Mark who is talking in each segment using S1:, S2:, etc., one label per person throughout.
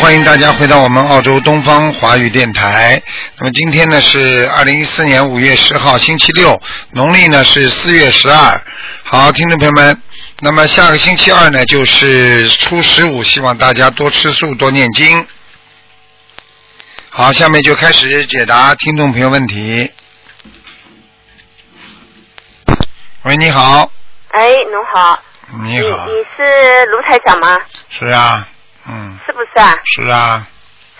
S1: 欢迎大家回到我们澳洲东方华语电台。那么今天呢是二零一四年五月十号，星期六，农历呢是四月十二。好，听众朋友们，那么下个星期二呢就是初十五，希望大家多吃素，多念经。好，下面就开始解答听众朋友问题。喂，你好，
S2: 哎，侬好，
S1: 你好，
S2: 你是卢台长吗？
S1: 是啊，嗯，
S2: 是不是啊？
S1: 是啊，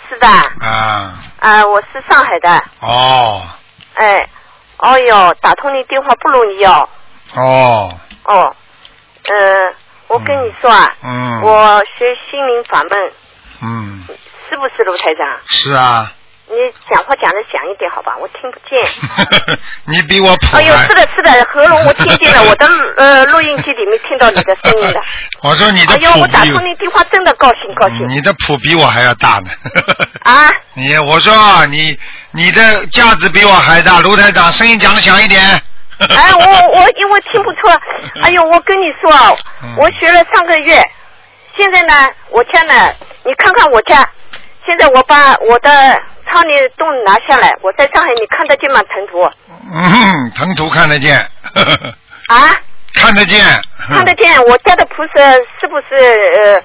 S2: 是的，
S1: 啊，
S2: 啊，我是上海的，
S1: 哦，
S2: 哎，哦哟，打通你电话不容易哦，
S1: 哦，
S2: 哦，呃，我跟你说啊，
S1: 嗯，
S2: 我学心灵法门，
S1: 嗯，
S2: 是不是卢台长？
S1: 是啊，
S2: 你讲话讲的响一点好吧，我听不见。
S1: 你比我普
S2: 哎呦，
S1: 还
S2: 是的，是的，喉咙我听见了，我的呃录音机里面听到你的声 音的。
S1: 我说你的
S2: 哎呦，
S1: 谱
S2: 我打
S1: 比
S2: 通你电话真的高兴高兴
S1: 嗯你的谱比我还要大呢。
S2: 啊！
S1: 你我说啊你你的架子比我还大，卢台长声音讲响一点。
S2: 哎，我我因为听不 出，哎呦，我跟你说啊
S1: 嗯，
S2: 我学了上个月，现在呢，我家呢，你看看我家，现在我把我的窗帘都拿下来，我在上海，你看得见吗？腾图
S1: 嗯哼，腾图看得见，
S2: 啊，
S1: 看得见，
S2: 看得见，我家的菩萨是不是呃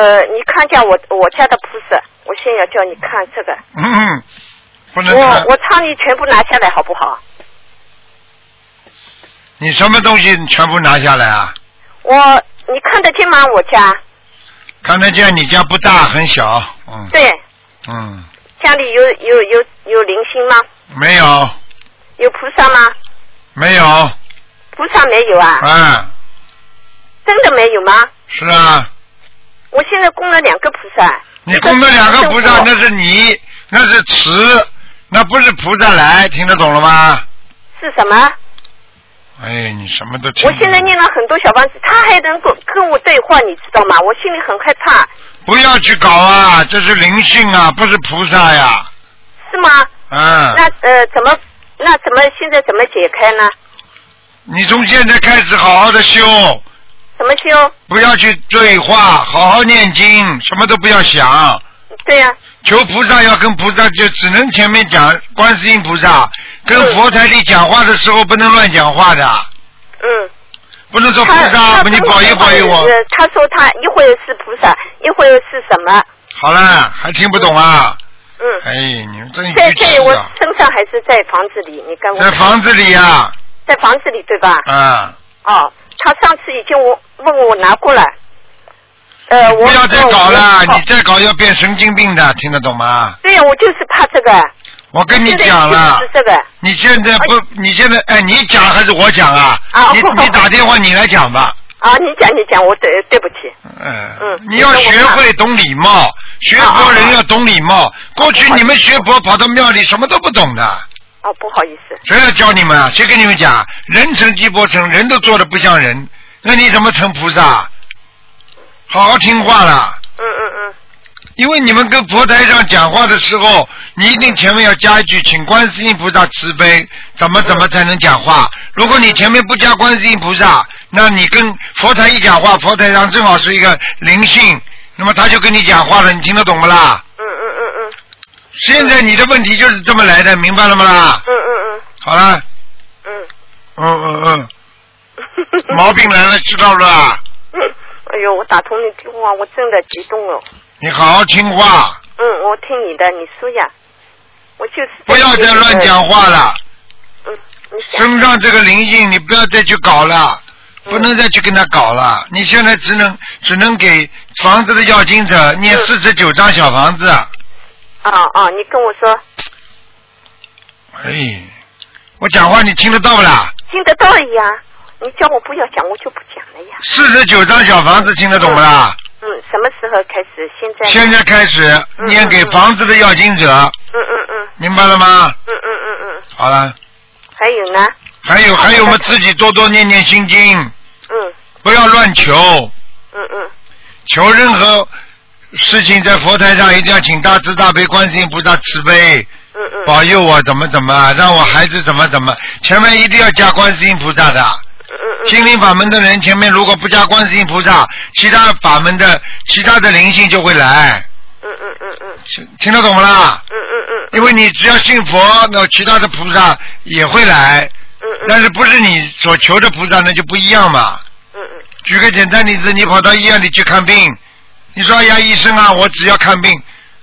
S2: 呃？你看一下我我家的菩萨，我现在要叫你看这个，
S1: 嗯哼，不能看
S2: 我。我窗帘全部拿下来好不好？
S1: 你什么东西你全部拿下来啊？
S2: 我你看得见吗？我家
S1: 看得见，你家不大，很小，嗯
S2: 对
S1: 嗯，
S2: 家里有有有有灵性吗？
S1: 没有
S2: 有菩萨吗？
S1: 没有，
S2: 菩萨没有啊？
S1: 啊，
S2: 真的没有吗？
S1: 是啊，
S2: 我现在供了两个菩萨。
S1: 你供的两个菩萨
S2: 一是
S1: 那是你，那是慈，那不是菩萨来，听得懂了吗？
S2: 是什么？
S1: 哎，你什么都听
S2: 我
S1: 不懂。
S2: 现在念了很多小房子，他还能够跟我对话，你知道吗？我心里很害怕，
S1: 不要去搞啊，这是灵性啊，不是菩萨呀，
S2: 是吗？
S1: 啊。
S2: 那呃，怎么那怎么现在怎么解开呢？
S1: 你从现在开始好好的修，
S2: 怎么修？
S1: 不要去对话，好好念经，什么都不要想。
S2: 对呀、
S1: 求菩萨要跟菩萨，就只能前面讲观世音菩萨，跟
S2: 嗯
S1: 佛台里讲话的时候不能乱讲话的，
S2: 嗯。
S1: 不能说菩
S2: 他
S1: 萨，
S2: 他
S1: 不
S2: 跟
S1: 你保佑保佑我。
S2: 呃他说他一会儿是菩萨，一会儿是什么？
S1: 好了，还听不懂啊？
S2: 嗯。
S1: 哎，你们真
S2: 在
S1: 愚
S2: 在
S1: 痴
S2: 我
S1: 啊！
S2: 身上还是在房子里？你跟我
S1: 在房子里啊呀、
S2: 在房子里对吧？
S1: 啊，啊，
S2: 哦，他上次已经我问我拿过了，呃，我
S1: 不要再搞了，
S2: 我
S1: 你再搞要变神经病的，听得懂吗？
S2: 对呀，我就是怕这个。
S1: 我跟你讲啊了
S2: 是。这个
S1: 你现在不，你现在哎，你讲还是我讲啊？
S2: 啊
S1: 你你打电话你来讲吧。
S2: 啊，你讲你讲，我对对不起，
S1: 嗯
S2: 嗯，
S1: 你要学会懂礼貌，学佛人要懂礼貌。过去你们学佛跑到庙里什么都不懂的，
S2: 哦，不好意思，
S1: 谁来教你们啊？谁跟你们讲？人成鸡婆成，人都做的不像人，那你怎么成菩萨？好好听话啦，
S2: 嗯嗯
S1: 因为你们跟佛台上讲话的时候，你一定前面要加一句，请观世音菩萨慈悲，怎么怎么才能讲话？如果你前面不加观世音菩萨，那你跟佛台一讲话，佛台上正好是一个灵性，那么他就跟你讲话了，你听得懂不啦？
S2: 嗯嗯嗯嗯
S1: 现在你的问题就是这么来的，明白了吗啦？
S2: 嗯嗯
S1: 好了，
S2: 嗯
S1: 嗯嗯嗯，
S2: 嗯。
S1: 毛病来了，知道了吧？
S2: 哎呦，我打通你电话，我真的激动了。
S1: 你好好听话，
S2: 嗯，我听你的，你说呀，我就是
S1: 不要再乱讲。话了。
S2: 嗯，你讲。
S1: 身上这个灵性，你不要再去搞了，
S2: 嗯
S1: 不能再去跟他搞了。你现在只能只能给房子的要经者念
S2: 嗯
S1: 四十九张小房子。
S2: 啊啊，你跟我说
S1: 哎，我讲话你听得到不啦？
S2: 听得到呀，你叫我不要讲，我就不讲了呀。
S1: 四十九张小房子听得懂不啦？
S2: 嗯，什么时候开始？现在？
S1: 现在开始
S2: 嗯
S1: 念给房子的要经者，
S2: 嗯嗯嗯
S1: 明白了吗？
S2: 嗯嗯嗯嗯，
S1: 好了，
S2: 还有呢？
S1: 还有
S2: 好
S1: 还有，我
S2: 好
S1: 们
S2: 的
S1: 自己多多念念心经，
S2: 嗯
S1: 不要乱求，
S2: 嗯嗯
S1: 求任何事情在佛台上一定要请大慈大悲观世音菩萨慈悲。
S2: 嗯嗯
S1: 保佑我怎么怎么，让我孩子怎么怎么，前面一定要加观世音菩萨的。
S2: 嗯嗯
S1: 心灵法门的人前面如果不加观世音菩萨，其他法门的其他的灵性就会来，
S2: 嗯嗯嗯嗯嗯
S1: 听听得懂不啦？
S2: 嗯嗯嗯
S1: 因为你只要信佛，那其他的菩萨也会来，
S2: 嗯嗯
S1: 但是不是你所求的菩萨那就不一样嘛。
S2: 嗯嗯，
S1: 举个简单例子，你跑到医院里去看病，你说哎呀医生啊，我只要看病，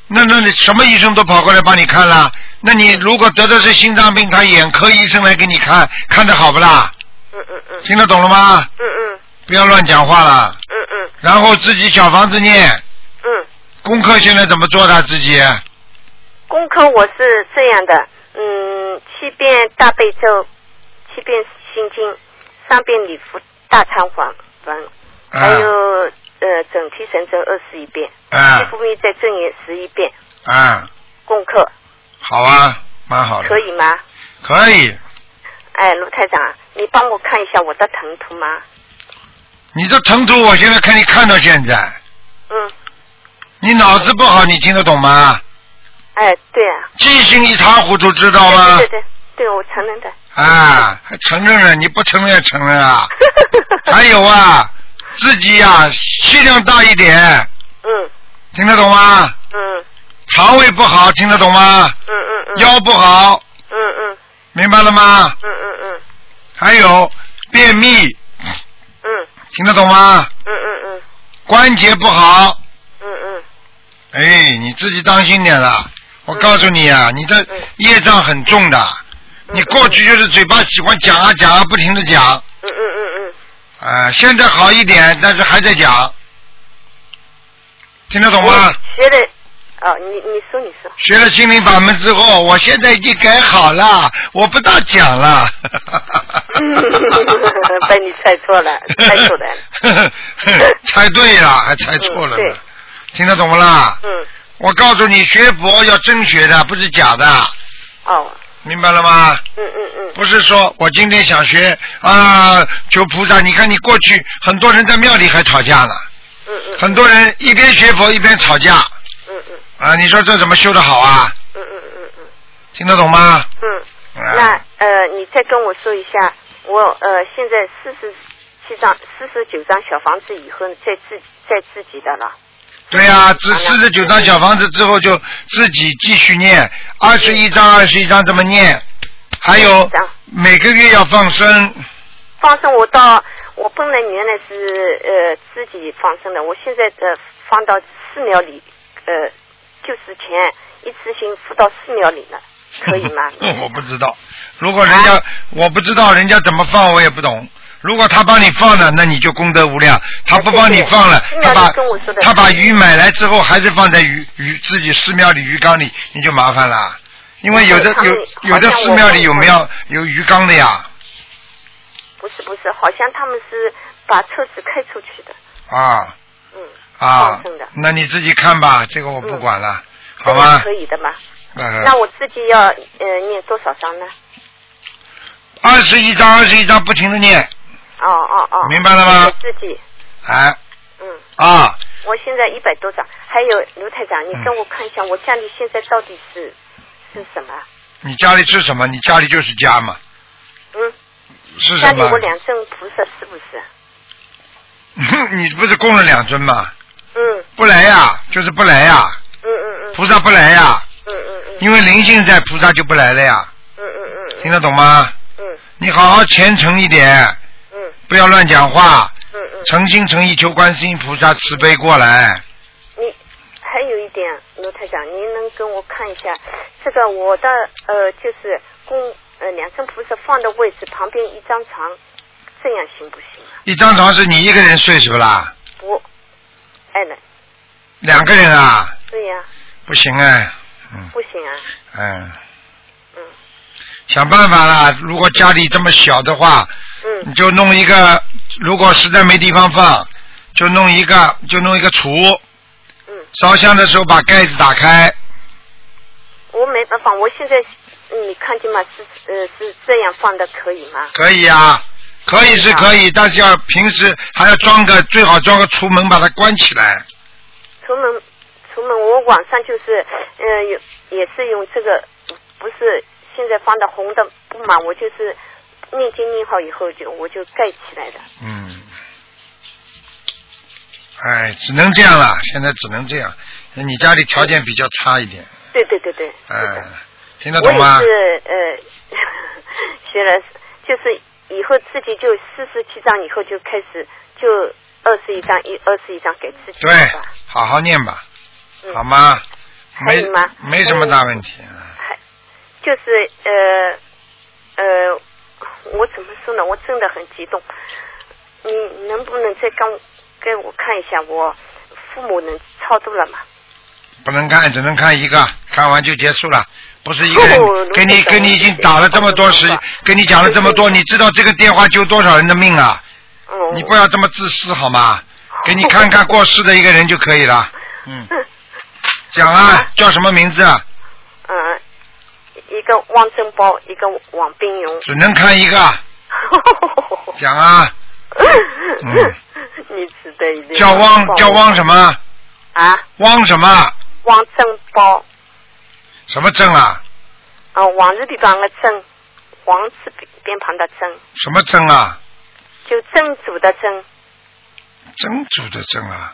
S1: 那那你什么医生都跑过来帮你看了，那你如果得的是心脏病，他眼科医生来给你看，看的好不啦？
S2: 嗯嗯嗯
S1: 听得懂了吗？
S2: 嗯嗯
S1: 不要乱讲话了，
S2: 嗯嗯
S1: 然后自己小房子念，
S2: 嗯，
S1: 功课现在怎么做的自己？
S2: 功课我是这样的，嗯，七遍大悲咒，七遍心经，三遍礼佛大忏悔文，还
S1: 啊
S2: 有呃整体神咒二十一遍，
S1: 啊
S2: 复命在正言十一遍，
S1: 啊，
S2: 功课
S1: 好啊，蛮好的，
S2: 可以吗？
S1: 可以。
S2: 哎，卢台长，你帮我看一下我的腾图吗？
S1: 你这腾图我现在看你看到现在，
S2: 嗯，
S1: 你脑子不好，你听得懂吗？
S2: 哎，对啊，
S1: 记性一塌糊涂，知道吗？
S2: 对对对，对我承认的。
S1: 啊，还承认了，你不承认也承认 啊？还有啊，自己呀、气量大一点，
S2: 嗯
S1: 听得懂吗？
S2: 嗯
S1: 肠胃不好，听得懂吗？
S2: 嗯嗯嗯，
S1: 腰不好，
S2: 嗯嗯
S1: 明白了吗？
S2: 嗯嗯嗯
S1: 还有便秘，
S2: 嗯
S1: 听得懂吗？
S2: 嗯嗯嗯
S1: 关节不好，
S2: 嗯嗯
S1: 哎，你自己当心点了。我告诉你啊，你的
S2: 嗯
S1: 业障很重的，
S2: 嗯
S1: 你过去就是嘴巴喜欢讲啊讲啊，不停的讲，啊、
S2: 嗯嗯嗯
S1: 现在好一点，但是还在讲，听得懂
S2: 嗯，
S1: 吗？
S2: 我学的，哦，你你说你 说，
S1: 学了心灵法门之后，我现在已经改好了，我不大讲了。
S2: 被你猜错了，猜错了，
S1: 了，猜对了，还猜错了呢
S2: 嗯对
S1: 听得懂不啦？
S2: 嗯，
S1: 我告诉你，学佛要真学的，不是假的，
S2: 哦，
S1: 明白了吗？
S2: 嗯嗯嗯
S1: 不是说我今天想学啊，求菩萨。你看你过去很多人在庙里还吵架呢，
S2: 嗯嗯
S1: 很多人一边学佛一边吵架
S2: 嗯嗯
S1: 啊，你说这怎么修得好啊？
S2: 嗯嗯嗯嗯
S1: 听得懂吗？
S2: 嗯，
S1: 啊
S2: 那呃，你再跟我说一下，我呃现在四十七张、四十九张小房子以后，再自再自己的了，
S1: 对呀、啊，自四十九张小房子之后就自己继续念，二十一张二十一张这么念，还有每个月要放生，？
S2: 放生我到我本来原来是呃自己放生的，我现在呃放到寺庙里，呃就是钱一次性付到寺庙里了，可以吗
S1: 哦
S2: 啊
S1: 我不知道，如果人家、我不知道人家怎么放，我也不懂。如果他帮你放了，那你就功德无量；他不帮你放了，
S2: 对对
S1: 他
S2: 对
S1: 把
S2: 跟我说的
S1: 他把鱼买来之后，还是放在鱼鱼自己寺庙里鱼缸里，你就麻烦了。因为有的
S2: 对他们
S1: 有有的寺庙里有没有有鱼缸的呀？
S2: 不是不是，好像他们是把车子开出去的，
S1: 啊
S2: 嗯，
S1: 啊
S2: 放生的，
S1: 那你自己看吧，这个我不管了，好
S2: 这样
S1: 吧
S2: 可？以的嘛？嗯那
S1: 呃，
S2: 我自己要呃念多少章呢？
S1: 二十一章二十一章不停的念，
S2: 哦哦哦，
S1: 明白了吗
S2: 我自己，
S1: 哎
S2: 嗯，
S1: 啊，
S2: 我现在一百多张，还有卢台长，你
S1: 嗯
S2: 跟我看一下，我家里现在到底是是什么？啊
S1: 你家里是什么？你家里就是家嘛，
S2: 嗯，
S1: 是
S2: 家
S1: 什
S2: 里
S1: 么
S2: 我？两尊菩萨是不是？
S1: 你不是供了两尊吗？
S2: 嗯
S1: 不来呀，就是不来呀，
S2: 嗯嗯嗯
S1: 菩萨不来呀，
S2: 嗯嗯嗯
S1: 因为灵性在，菩萨就不来了呀，
S2: 嗯嗯嗯
S1: 听得懂吗？
S2: 嗯
S1: 你好好虔诚一点，
S2: 嗯
S1: 不要乱讲话，
S2: 嗯嗯，
S1: 诚心诚意求观世音菩萨慈悲过来。
S2: 你还有一点，卢台长，您能跟我看一下这个我的呃就是供呃两尊菩萨放的位置旁边一张床，这样行不行啊？
S1: 一张床是你一个人睡是不啦？
S2: 不，哎呢，
S1: 两个人啊，
S2: 对呀、
S1: 不行哎，嗯
S2: 不行啊，
S1: 嗯，
S2: 嗯
S1: 想办法啦。如果家里这么小的话，
S2: 嗯
S1: 你就弄一个，如果实在没地方放，就弄一个，就弄一个橱。
S2: 嗯，
S1: 烧香的时候把盖子打开，
S2: 我没办法，我现在嗯你看见吗？是呃是这样放的，可以吗？
S1: 可以啊，可以是可以，但是要平时还要装个，最好装个橱门把它关起来。
S2: 出门出门，我晚上就是呃有也是用这个，不是现在放的红的布嘛，我就是念经念好以后就我就盖起来的。
S1: 嗯，哎，只能这样了，现在只能这样，你家里条件比较差一点，
S2: 对对对对，
S1: 哎、
S2: 是的
S1: 听得
S2: 我
S1: 懂
S2: 也
S1: 吗？
S2: 是呃， 学了，就是以后自己就四十七章以后就开始就二十一章一二十一章给自己
S1: 对
S2: 是吧，
S1: 好好念吧，
S2: 嗯
S1: 好吗？
S2: 还
S1: 没
S2: 有吗
S1: 没什么大问题啊，
S2: 还就是呃呃，我怎么说呢？我真的很激动。你能不能再跟我给我看一下我父母能超度了吗？
S1: 不能看，只能看一个，看完就结束了。不是一个人
S2: 哦
S1: 给你
S2: 卢台长
S1: 给你已经打了这么多时
S2: 我知道，
S1: 跟你讲了这么多，
S2: 对对对
S1: 你知道这个电话救多少人的命啊？
S2: 嗯，
S1: 你不要这么自私好吗？给 你看看过世的一个人就可以了。嗯，讲啊，叫什么名字啊？
S2: 嗯，一个汪正包，一个王冰勇。
S1: 只能看 一个，讲啊，嗯
S2: 你指的一定
S1: 叫汪叫汪什么？
S2: 啊，
S1: 汪什么？
S2: 汪正包
S1: 什么正啊？
S2: 啊，王字地方的正，王字边边旁的正，
S1: 什么正啊？
S2: 就正主的正，
S1: 真主的正啊？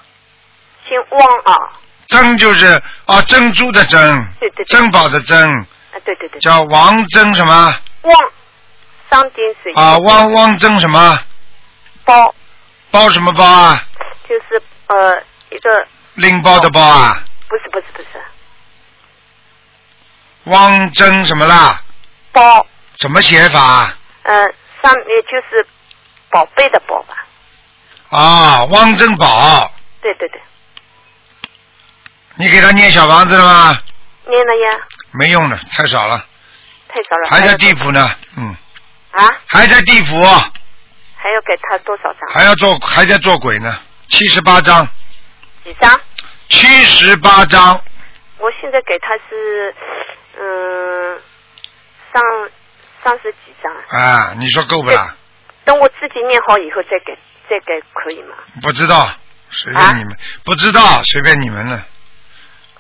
S2: 姓汪啊，
S1: 珍就是啊，珍珠的珍
S2: 对对，对
S1: 珍宝的珍，
S2: 啊对对对，
S1: 叫王珍什么？
S2: 汪，三点水
S1: 啊，汪汪珍什么？
S2: 包
S1: 包什么包啊？
S2: 就是呃一个
S1: 拎包的包啊？
S2: 不是不是不是
S1: 汪珍什么啦？
S2: 包，
S1: 怎么写法啊？
S2: 呃三也就是宝贝的宝吧，
S1: 啊，汪珍宝，
S2: 对对对，
S1: 你给他念小房子了吗？
S2: 念了呀，
S1: 没用的，太少了，
S2: 太少了，
S1: 还在
S2: 要
S1: 地府呢，嗯，
S2: 啊，
S1: 还在地府，哦
S2: 还要给他多少张？
S1: 还要做，还在做鬼呢，七十八章，
S2: 几张？
S1: 七十八章，
S2: 我现在给他是，嗯，上三十几张，
S1: 啊，你说够不啦？
S2: 等我自己念好以后再给，再给可以吗？
S1: 不知道，随便你们，不知道随便你们了，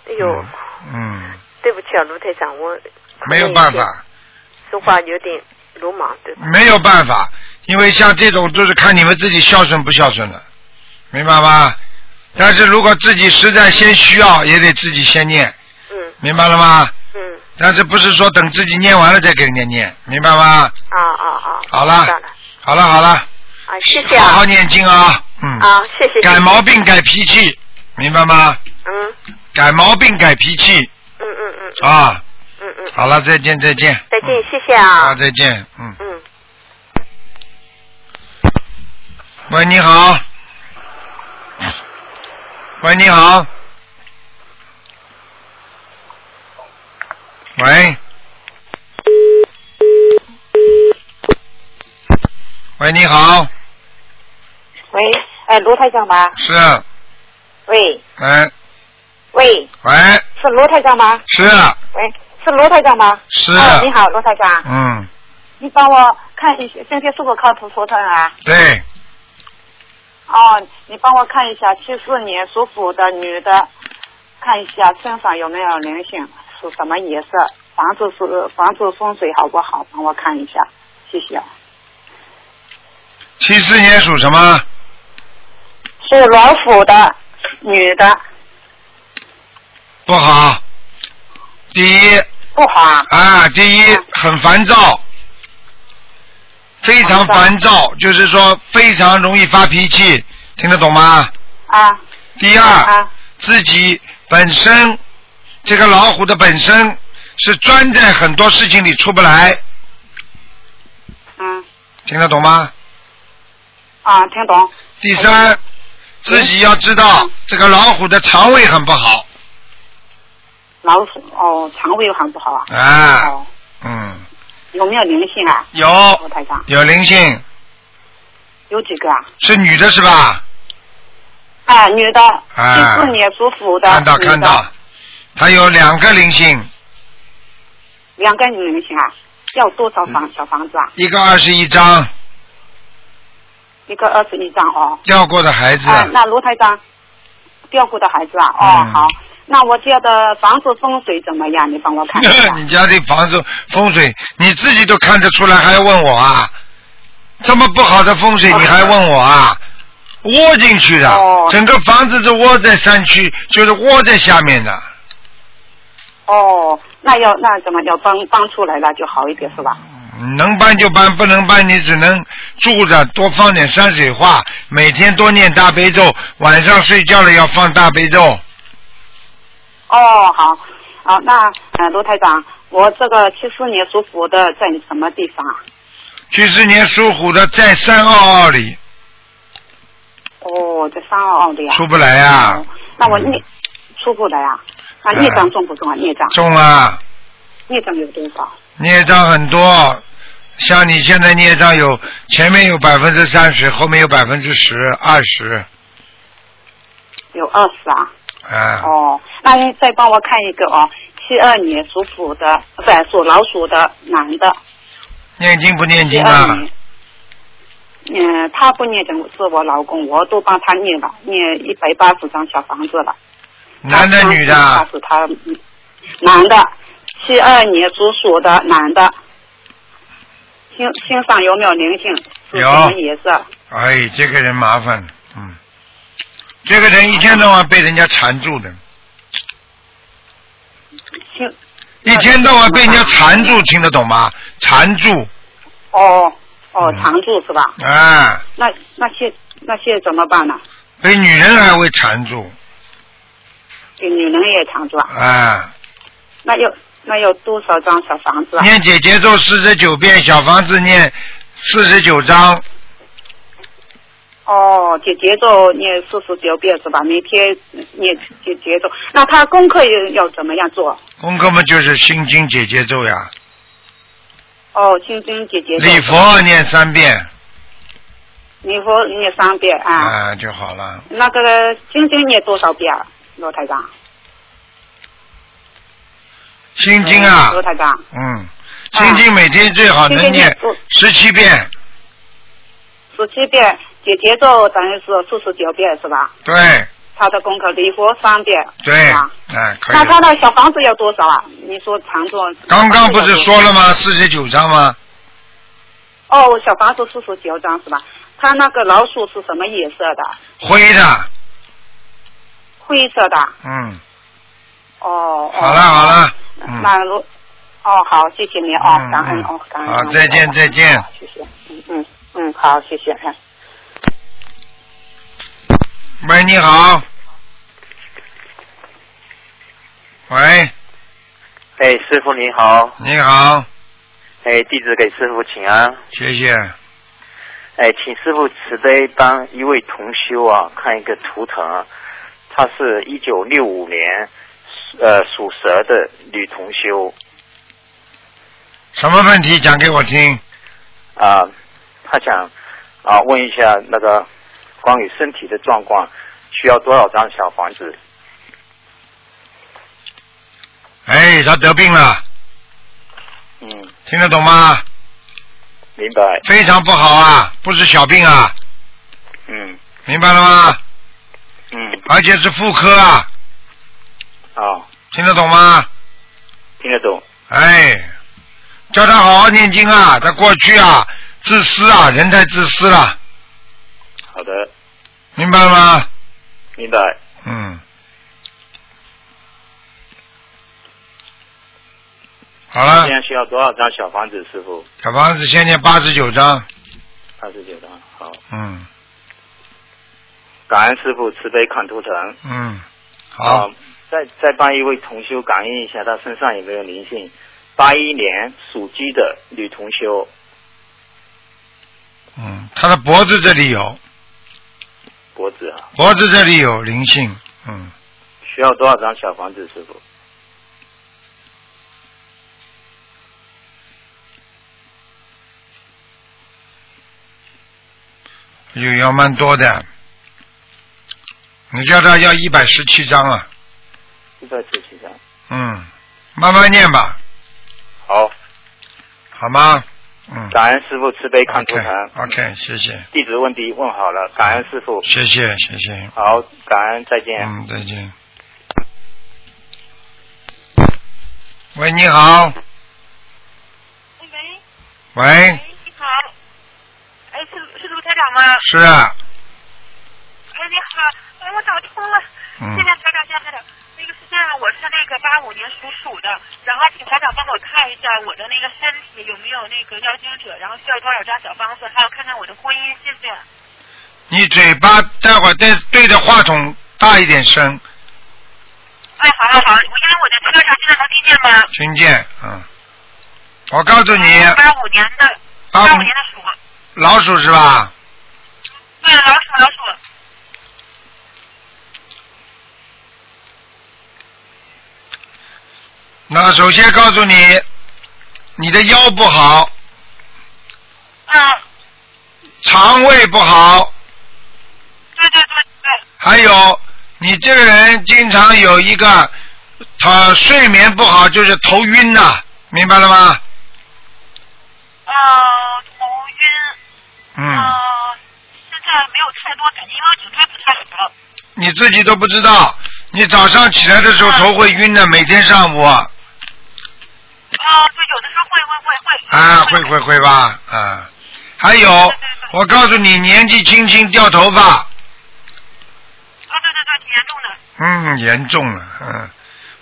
S2: 哎呦，
S1: 嗯，
S2: 对不起啊，卢台长，我
S1: 没有办，法，
S2: 说话有点鲁莽，对吧？
S1: 没有办法，因为像这种就是看你们自己孝顺不孝顺了，明白吗？但是如果自己实在先需要，也得自己先念，
S2: 嗯
S1: 明白了吗？
S2: 嗯，
S1: 但是不是说等自己念完了再给人家念，明白吗？
S2: 啊啊啊，
S1: 好了
S2: 知道了，
S1: 好了好了，
S2: 啊，谢谢
S1: 好好
S2: 啊，
S1: 念经啊，嗯，
S2: 啊，谢谢，
S1: 改毛病改脾气，明白吗？
S2: 嗯
S1: 改毛病改脾气
S2: 嗯嗯嗯
S1: 啊！
S2: 嗯嗯，
S1: 好了，再见再见，
S2: 再见，谢谢
S1: 啊
S2: 啊，
S1: 再见，嗯，
S2: 嗯，
S1: 喂你好，喂你好，喂，喂你好，
S3: 喂，哎，卢台长吗？
S1: 是，
S3: 喂，
S1: 哎
S3: 喂，
S1: 喂。
S3: 是卢台长吗？
S1: 是
S3: 喂，是卢台长吗？
S1: 是、
S3: 哎你好，卢台长，
S1: 嗯，
S3: 你帮我看一下，今天是否靠图图腾啊？
S1: 对，
S3: 哦，你帮我看一下，七四年属虎的女的，看一下身上有没有灵性，是什么颜色？房子是房子风水好不好？帮我看一下，谢啊谢。
S1: 七四年属什么？
S3: 是老虎的女的，
S1: 不好。第一
S3: 不好啊。
S1: 啊，第一很烦躁，非常烦躁，就是说非常容易发脾气，听得懂吗？
S3: 啊
S1: 第二，
S3: 啊
S1: 自己本身这个老虎的本身是钻在很多事情里出不来，
S3: 嗯
S1: 听得懂吗？
S3: 啊，听懂。
S1: 第
S3: 嗯
S1: 三，自己要知道这个老虎的肠胃很不好
S3: 老虎哦，肠胃很不好啊。
S1: 啊，
S3: 哦，
S1: 嗯，
S3: 有没有灵性啊？
S1: 有
S3: 卢台长，
S1: 有灵性，
S3: 有几个啊？
S1: 是女的是吧？
S3: 啊，女的，
S1: 啊
S3: 七四年属虎的，
S1: 看到
S3: 女的
S1: 看到，她有两个灵性，
S3: 两个女明星啊，要多少
S1: 嗯
S3: 房小房子啊？
S1: 一个二十一张
S3: 一个二十一张哦。
S1: 掉过的孩子，
S3: 啊，那卢台长，掉过的孩子啊，哦、
S1: 嗯。
S3: 好，那我家的房子风水怎么样？你帮我看一下
S1: 你家这房子风水你自己都看得出来，还要问我啊？这么不好的风水你还问我啊？窝进去的，
S3: 哦
S1: 整个房子是窝在山区，就是窝在下面的。
S3: 哦，那要那怎么要搬搬出来了就好一点是吧？
S1: 能搬就搬，不能搬你只能住着，多放点山水画，每天多念大悲咒，晚上睡觉了要放大悲咒。
S3: 哦，好，好，那呃，罗台长，我这个七四年属虎的在什么地方啊？
S1: 去世年属虎的在三二二里
S3: 哦，在三二二的呀。
S1: 出不来啊嗯呀、
S3: 哦那我孽出不来啊？那孽障重不重啊？孽障，
S1: 中啊，
S3: 孽障有多少？
S1: 孽障很多，像你现在孽障有前面有百分之三十，后面有百分之十、二十
S3: 有二十啊。
S1: 啊。
S3: 哦，那你再帮我看一个哦，七二年属虎的，不是属老鼠的男的，
S1: 念经不念
S3: 七
S1: 经
S3: 二
S1: 啊？
S3: 年。嗯，他不念经，是我老公，我都帮他念了，念一百八十张小房子了。
S1: 男的女的
S3: 他
S1: 啊？
S3: 是他，男的，七二年属鼠的男的，心心上有没有灵性？是
S1: 有
S3: 什么颜色？
S1: 哎，这个人麻烦，嗯，这个人一天到晚被人家缠住的，
S3: 心
S1: 一天到晚被人家缠住，听得懂吗？缠住
S3: 哦哦，
S1: 嗯
S3: 常住是吧？
S1: 啊，
S3: 那那些那些怎么办呢？
S1: 被女人还会缠住
S3: 就女人也常住啊？
S1: 啊。
S3: 那要那要多少张小房子啊？
S1: 念姐姐咒四十九遍，小房子念四十九章，
S3: 哦，姐节奏念四十九遍是吧？每天念节节奏，那他功课要要怎么样做？
S1: 功课嘛就是心经姐姐咒呀，
S3: 哦，心经姐节奏，
S1: 礼佛念三遍
S3: 礼佛念三遍啊。
S1: 啊就好了。
S3: 那个心经念多少遍啊，罗台长？
S1: 心经啊
S3: 嗯，啊罗台长，
S1: 嗯，心经每天最好能
S3: 心经
S1: 念
S3: 念多
S1: 十七遍，
S3: 十七遍，姐节奏等于是四十九遍是吧？
S1: 对
S3: 他的功课礼佛三遍，
S1: 对，
S3: 是吧
S1: 啊可以
S3: 那
S1: 了。
S3: 他的小房子要多少啊？你说常做。
S1: 刚刚不是说了吗？四十九章吗？
S3: 哦，小房子四十九张是吧？他那个老鼠是什么颜色的？
S1: 灰的，
S3: 灰色的。
S1: 嗯，
S3: 哦。哦
S1: 好了好。了，嗯，
S3: 那如，哦好，谢谢你哦
S1: 嗯，
S3: 感恩
S1: 嗯
S3: 哦，感恩。
S1: 好
S3: 感恩
S1: 再见
S3: 感恩
S1: 再见
S3: 好谢谢，嗯嗯嗯，好，谢谢。嗯
S1: 喂，你好，喂，
S4: 哎，师傅您好，
S1: 你好，
S4: 哎，弟子给师傅请安，
S1: 谢谢，
S4: 哎，请师傅慈悲帮一位同修啊看一个图腾啊，她是一九六五年，呃，属蛇的女同修
S1: 什么问题讲给我听？
S4: 啊，她想啊问一下那个关于身体的状况，需要多少张小房子？
S1: 哎，他得病了，
S4: 嗯，
S1: 听得懂吗？
S4: 明白，
S1: 非常不好啊，不是小病啊，
S4: 嗯
S1: 明白了吗？
S4: 嗯，
S1: 而且是妇科啊，
S4: 啊，
S1: 听得懂吗？
S4: 听得懂，
S1: 哎，叫他好好念经啊，他过去啊自私啊，人太自私了，
S4: 好的，
S1: 明白了吗？
S4: 明白，
S1: 嗯，好了
S4: 现，在需要多少张小房子？师傅，
S1: 小房子先念八十九章。
S4: 二十九张，好。
S1: 嗯
S4: 感恩师傅慈悲看图腾。
S1: 嗯，好，
S4: 啊再再帮一位同修感应一下，他身上有没有灵性？八一年属鸡的女同修，
S1: 嗯，他的脖子这里有，
S4: 脖子啊，
S1: 脖子这里有灵性，嗯，
S4: 需要多少张小房子？师傅，
S1: 有要蛮多的。你叫他要一百十七章啊，
S4: 一百十七张。
S1: 嗯，慢慢念吧，
S4: 好，
S1: 好吗？嗯
S4: 感恩师傅慈悲看图腾。
S1: ，OK，OK，谢谢，
S4: 弟子问题问好了，感恩师傅。
S1: 谢谢，谢谢。
S4: 好，感恩，再见。
S1: 嗯，再见。喂，你好。
S5: 喂，
S1: 喂，
S5: 喂，你好，哎，是是卢台长吗？
S1: 是啊，
S5: 我打通了。
S1: 嗯
S5: 谢谢台长，谢谢台长。那个是这样的，我是那个八五年属鼠的，然后请台长帮我看一下我的那个身体有没有那个妖精者，然后需要多少张小方子，还有看看我的婚姻，谢谢。
S1: 你嘴巴待会儿对对着话筒大一点声，
S5: 哎，好好好，我因为我在车上，现在能听见吗？
S1: 听见？嗯，我告诉你，
S5: 八五年的，
S1: 八
S5: 八
S1: 五
S5: 五年的鼠，
S1: 老鼠是吧？
S5: 对，哎老鼠老鼠，
S1: 那首先告诉你，你的腰不好，
S5: 嗯，
S1: 肠胃不好，
S5: 对对对对，
S1: 还有你这个人经常有一个，他睡眠不好，就是头晕呐、明白了吗？
S5: 嗯、头晕，嗯、
S1: 嗯，
S5: 现在没有太多感觉，因为我颈椎不太好。
S1: 你自己都不知道，你早上起来的时候头会晕的，每天上午啊，
S5: 啊，呃对，有的时候会会会会。
S1: 啊会会会吧，啊，还有
S5: 对对 对
S1: 我告诉你，年纪轻轻掉头
S5: 哦
S1: 发，
S5: 啊，对对对，挺严重的。
S1: 嗯，严重了，嗯，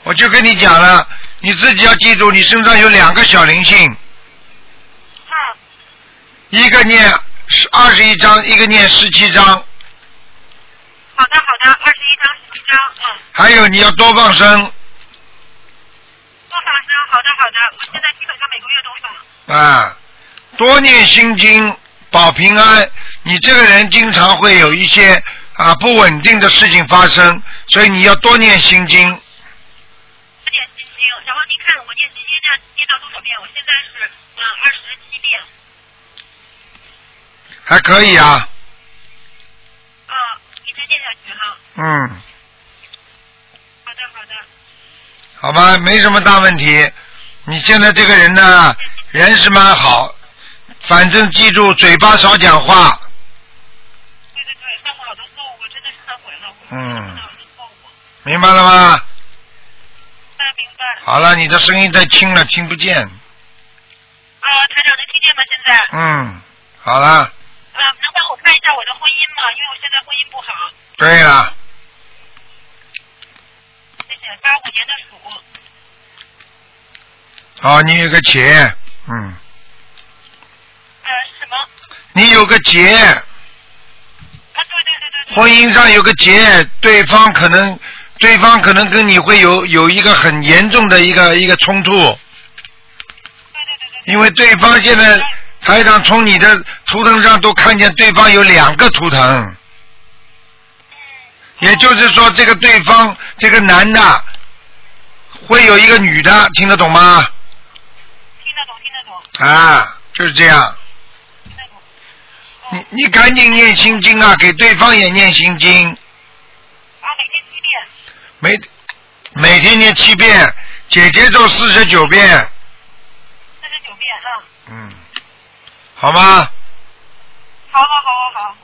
S1: 我就跟你讲了，你自己要记住，你身上有两个小灵性，
S5: 嗯，
S1: 一个念二十一章，一个念十七章，
S5: 好的好的，二十一张十一张，嗯，
S1: 还有你要多放生
S5: 多放生，好的好的，我现在基本上每个月都放。
S1: 啊，多念心经保平安。你这个人经常会有一些啊不稳定的事情发生，所以你要多念心经。
S5: 我念心经，然后您看我念心经念念到多少遍？我现在是嗯二十七遍，
S1: 还可以啊，
S5: 嗯，一直念下去哈。
S1: 嗯，
S5: 好的好的，
S1: 好吧，没什么大问题。你现在这个人呢，人是蛮好，反正记住嘴巴少讲话，
S5: 对对对，犯过好多错误，我真的是忏悔了，我
S1: 嗯
S5: 犯过好多错误。
S1: 明白了吗？
S5: 明白明白。
S1: 好了，你的声音太轻了，听不见。
S5: 啊，台长能听见吗？现在？
S1: 嗯，好了，
S5: 啊，能帮我看一下我的婚姻吗？因为我现在婚姻不好。
S1: 对了，
S5: 谢谢，八五年的鼠。
S1: 哦，你有个结，嗯，
S5: 呃，什么？
S1: 你有个结，
S5: 啊，对对对对对。
S1: 婚姻上有个结，对方可能，对方可能跟你会有有一个很严重的一个一个冲突，
S5: 对对对对对。
S1: 因为对方现在台长从你的图腾上都看见对方有两个图腾，
S5: 嗯
S1: 也就是说，这个对方这个男的会有一个女的，听得懂吗？
S5: 听得懂，听得懂，
S1: 啊，就是这样。
S5: 听得懂。
S1: 你你赶紧念心经啊，给对方也念心经，
S5: 啊，每天几遍？
S1: 每每天念七遍，姐姐咒四十九遍，
S5: 四十九遍啊。
S1: 嗯，好吗？
S5: 好好好好好。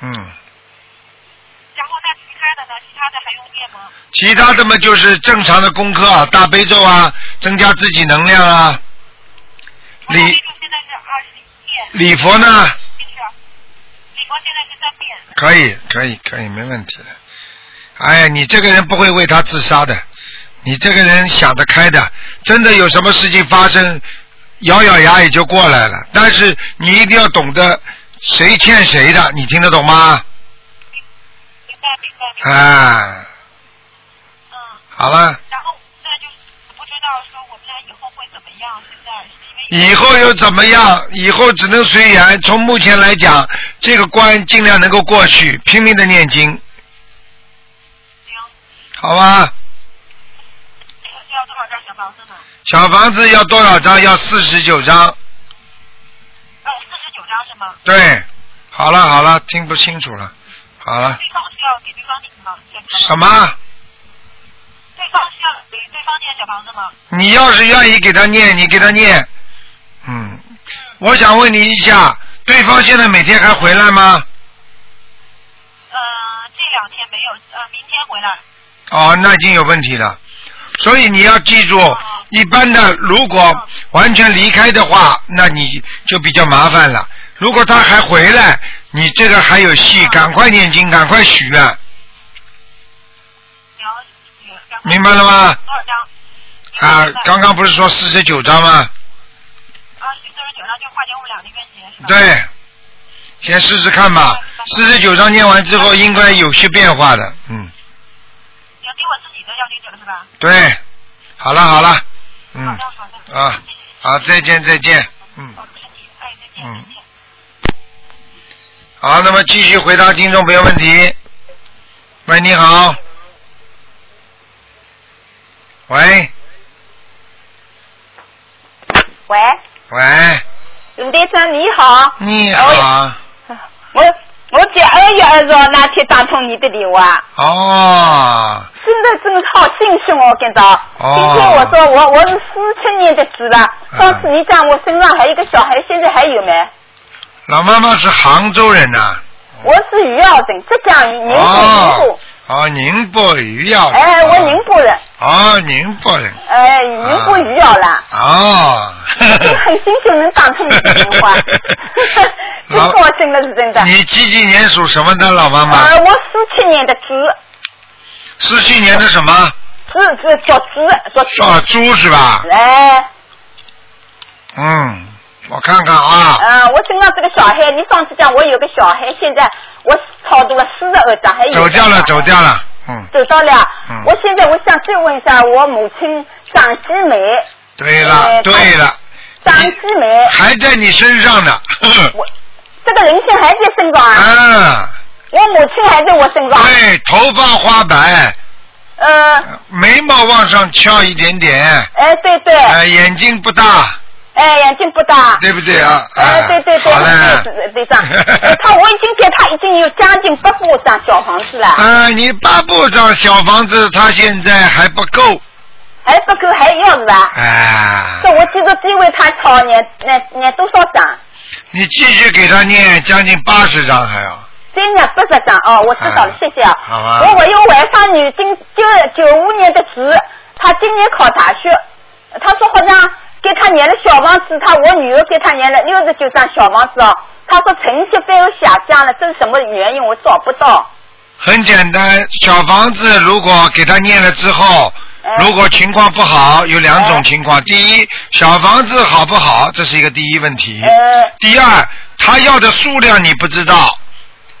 S1: 嗯，
S5: 然后那其他的呢？其他的还用念吗？
S1: 其他的嘛就是正常的功课啊，大悲咒啊，增加自己能量啊。
S5: 我那
S1: 礼
S5: 就现在是二十一遍，
S1: 礼佛呢，
S5: 就是。李光现在是三遍。
S1: 可以可以可以，没问题的。哎呀，你这个人不会为他自杀的，你这个人想得开的，真的有什么事情发生，咬咬牙也就过来了。但是你一定要懂得谁欠谁的，你听得懂吗？
S5: 明白明白明白。
S1: 啊，
S5: 嗯，
S1: 好了，
S5: 然后那就是不知道说我们俩以后会怎么样？现在是因为有
S1: 以后又怎么样？以后只能随缘。从目前来讲，这个关尽量能够过去，拼命的念经，
S5: 行，
S1: 好吧？
S5: 需要多少张小房子呢？
S1: 小房子要多少张？要四十九张。
S5: 呃，四十九张是吗？
S1: 对，好了好了，听不清楚了，好了，
S5: 对方需要给对方念吗？
S1: 什？么？
S5: 对方需要给对方念小房子吗？
S1: 你要是愿意给他念，你给他念。嗯，我想问你一下，对方现在每天还回来吗？
S5: 呃，这两天没有，呃，明天回来。
S1: 哦，那已经有问题了。所以你要记住，一般的如果完全离开的话，那你就比较麻烦了。如
S5: 嗯
S1: 果他还回来，你这个还有戏，赶快念经，赶快许愿。明白了吗？
S5: 多少张？
S1: 啊，刚刚不是说四十九张吗？
S5: 啊，四十九张就化解不了那边结是吧？
S1: 对，先试试看吧。四十九张念完之后，应该有些变化的。嗯，
S5: 也给我自己的要经者了是吧？
S1: 对，好了好了，嗯
S5: 好的好的。
S1: 啊，好，再见再见，嗯
S5: 保重身体，哎，再见。
S1: 嗯。好，那么继续回答听众朋友问题。喂，你好。喂
S6: 喂，
S1: 喂，
S6: 鲁先生你好，
S1: 你好。
S6: 我我在二月二十号那天打通你的电话，
S1: 哦，
S6: 现在正好心胸哦，今早。
S1: 哦嗯
S6: 今天我说我我是四七年的猪了，上次你讲我身上还有一个小孩，现在还有没？
S1: 老妈妈是杭州人呐、
S6: 我是余姚镇，浙江宁波宁
S1: 哦
S6: 波，，
S1: 哦，宁波余姚。
S6: 哎，我宁。波人，
S1: 哦，宁波人。
S6: 哎，宁波余姚啦。
S1: 哦。
S6: 哎很新就能打通你的电话，真
S1: 老
S6: 高兴了是真的。
S1: 嗯你几几年属什么的，老妈妈？
S6: 呃，我四七年的猪，
S1: 四七年的什么？
S6: 猪猪叫猪叫
S1: 啊，
S6: 猪，
S1: 猪是吧？
S6: 哎，
S1: 嗯，我看看啊。
S6: 呃，我身上这个小孩，你上次讲我有个小孩，现在我超度了四十二张，还有一个
S1: 走掉了，
S6: 小
S1: 走
S6: 孩
S1: 掉了。嗯，
S6: 走掉了。
S1: 嗯
S6: 我现在我想再问一下，我母亲张继梅，
S1: 对了，
S6: 哎
S1: 对了，
S6: 张继梅，
S1: 还在你身上呢。
S6: 我这个人性还在身上啊，
S1: 嗯，
S6: 我母亲还在我身上，
S1: 对，头发花白，
S6: 呃，
S1: 眉毛往上翘一点点，
S6: 哎，对对，
S1: 呃，眼睛不大，
S6: 哎，眼睛不大。
S1: 对不对啊？
S6: 哎，对对对，
S1: 好嘞
S6: 对对张，呃他我已经给他已经有将近八百张小房子了，
S1: 呃，你八部长小房子，他现在还不够，
S6: 还不够还要是吧？
S1: 啊
S6: 这，我记得这位他超念念念多少张？
S1: 你继续给他念将近八十张还要，
S6: 真的八十张哦，我知道了，
S1: 啊
S6: 谢谢啊。
S1: 好啊
S6: 我我有外甥女，今九九五年的猪，她今年考大学，她说好像给她念了小房子，她我女儿给她念了六十九张小房子哦，她说成绩被我下降了，这是什么原因？我找不到。
S1: 很简单，小房子如果给他念了之后，
S6: 哎
S1: 如果情况不好，有两种情况：第一，小房子好不好，这是一个第一问题；
S6: 呃，
S1: 第二，他要的数量你不知道。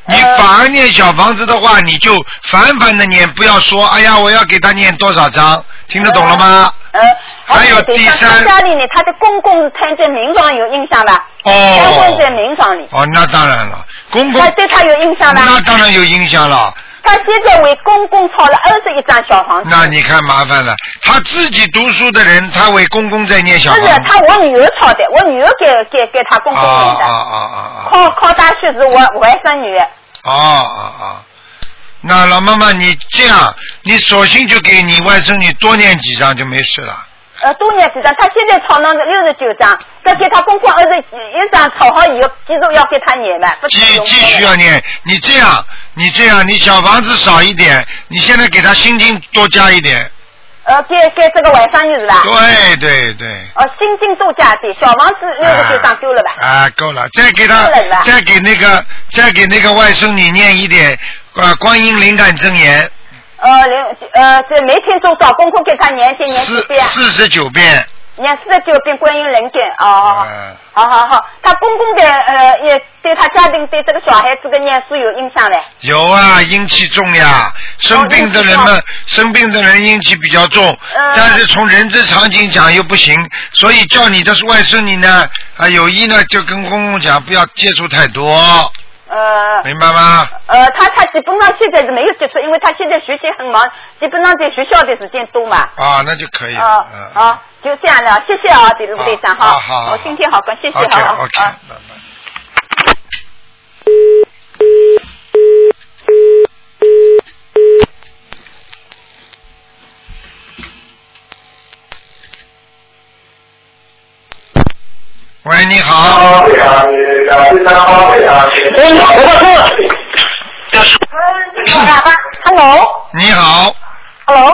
S1: 你
S6: 哎
S1: 反而念小房子的话，你就反反的念，不要说哎呀，我要给他念多少张，听得懂了吗？
S6: 呃，
S1: 还有第三
S6: 他家里呢，他的公公是摊在民房有印象吧？他混在
S1: 哦，
S6: 民房里，
S1: 哦，那当然了，公公
S6: 他对他有印象吧？
S1: 那当然有影响了。
S6: 他现在为公公抄了二十一张小房子。
S1: 那你看麻烦了，他自己读书的人，他为公公在念小
S6: 不
S1: 房
S6: 是
S1: 子。
S6: 他，我女儿抄的，我女儿给给给他公
S1: 啊
S6: 公念
S1: 啊
S6: 的。
S1: 啊啊啊
S6: 考考大学是我外甥女，
S1: 啊啊啊！那老妈妈，你这样，你索性就给你外甥女多念几张就没事了。
S6: 呃，多念几张，他现在抄了六十九张，再给他公公二十一张抄好以后，继续要给他念的。不
S1: 继
S6: 是有
S1: 继续要念，你这样，你这样，你小房子少一点，你现在给他心经多加一点。
S6: 呃，给给这个外甥女是吧？
S1: 对对对。
S6: 哦，心经多加点，小房子六十九张够了吧？
S1: 啊，够了，再给他
S6: 够了是吧，
S1: 再给那个，再给那个外甥女念一点，呃，观音灵感真言
S6: 呃，零呃，这每天都找公公给他念经念几
S1: 四
S6: 遍，
S1: 四十九遍，
S6: 念四十九遍观音人经哦
S1: 嗯，
S6: 好好好，他公公的呃也对他家庭对这个小孩子的念书有影响嘞，
S1: 有啊，阴气重呀，生病的人
S6: 阴
S1: 们，生病的人阴气比较重，但是从人之常情讲又不行，所以叫你的外甥女呢，啊，有意呢就跟公公讲不要接触太多，啊
S6: 呃
S1: 明白吗？
S6: 呃，他他基本上现在是没有接触，因为他现在学习很忙，基本上在学校的时间多嘛，
S1: 啊，那就可以了。
S6: 啊
S1: 嗯
S6: 啊，就这样了，谢谢啊，李
S1: 嗯
S6: 卢队长
S1: 好
S6: 哈
S1: 好，好，
S6: 我心哦情好，感谢谢
S1: OK
S6: 哈，
S1: OK，
S6: 啊
S1: 拜拜。喂，你好，
S6: ，Hello
S1: 你好，
S6: Hello，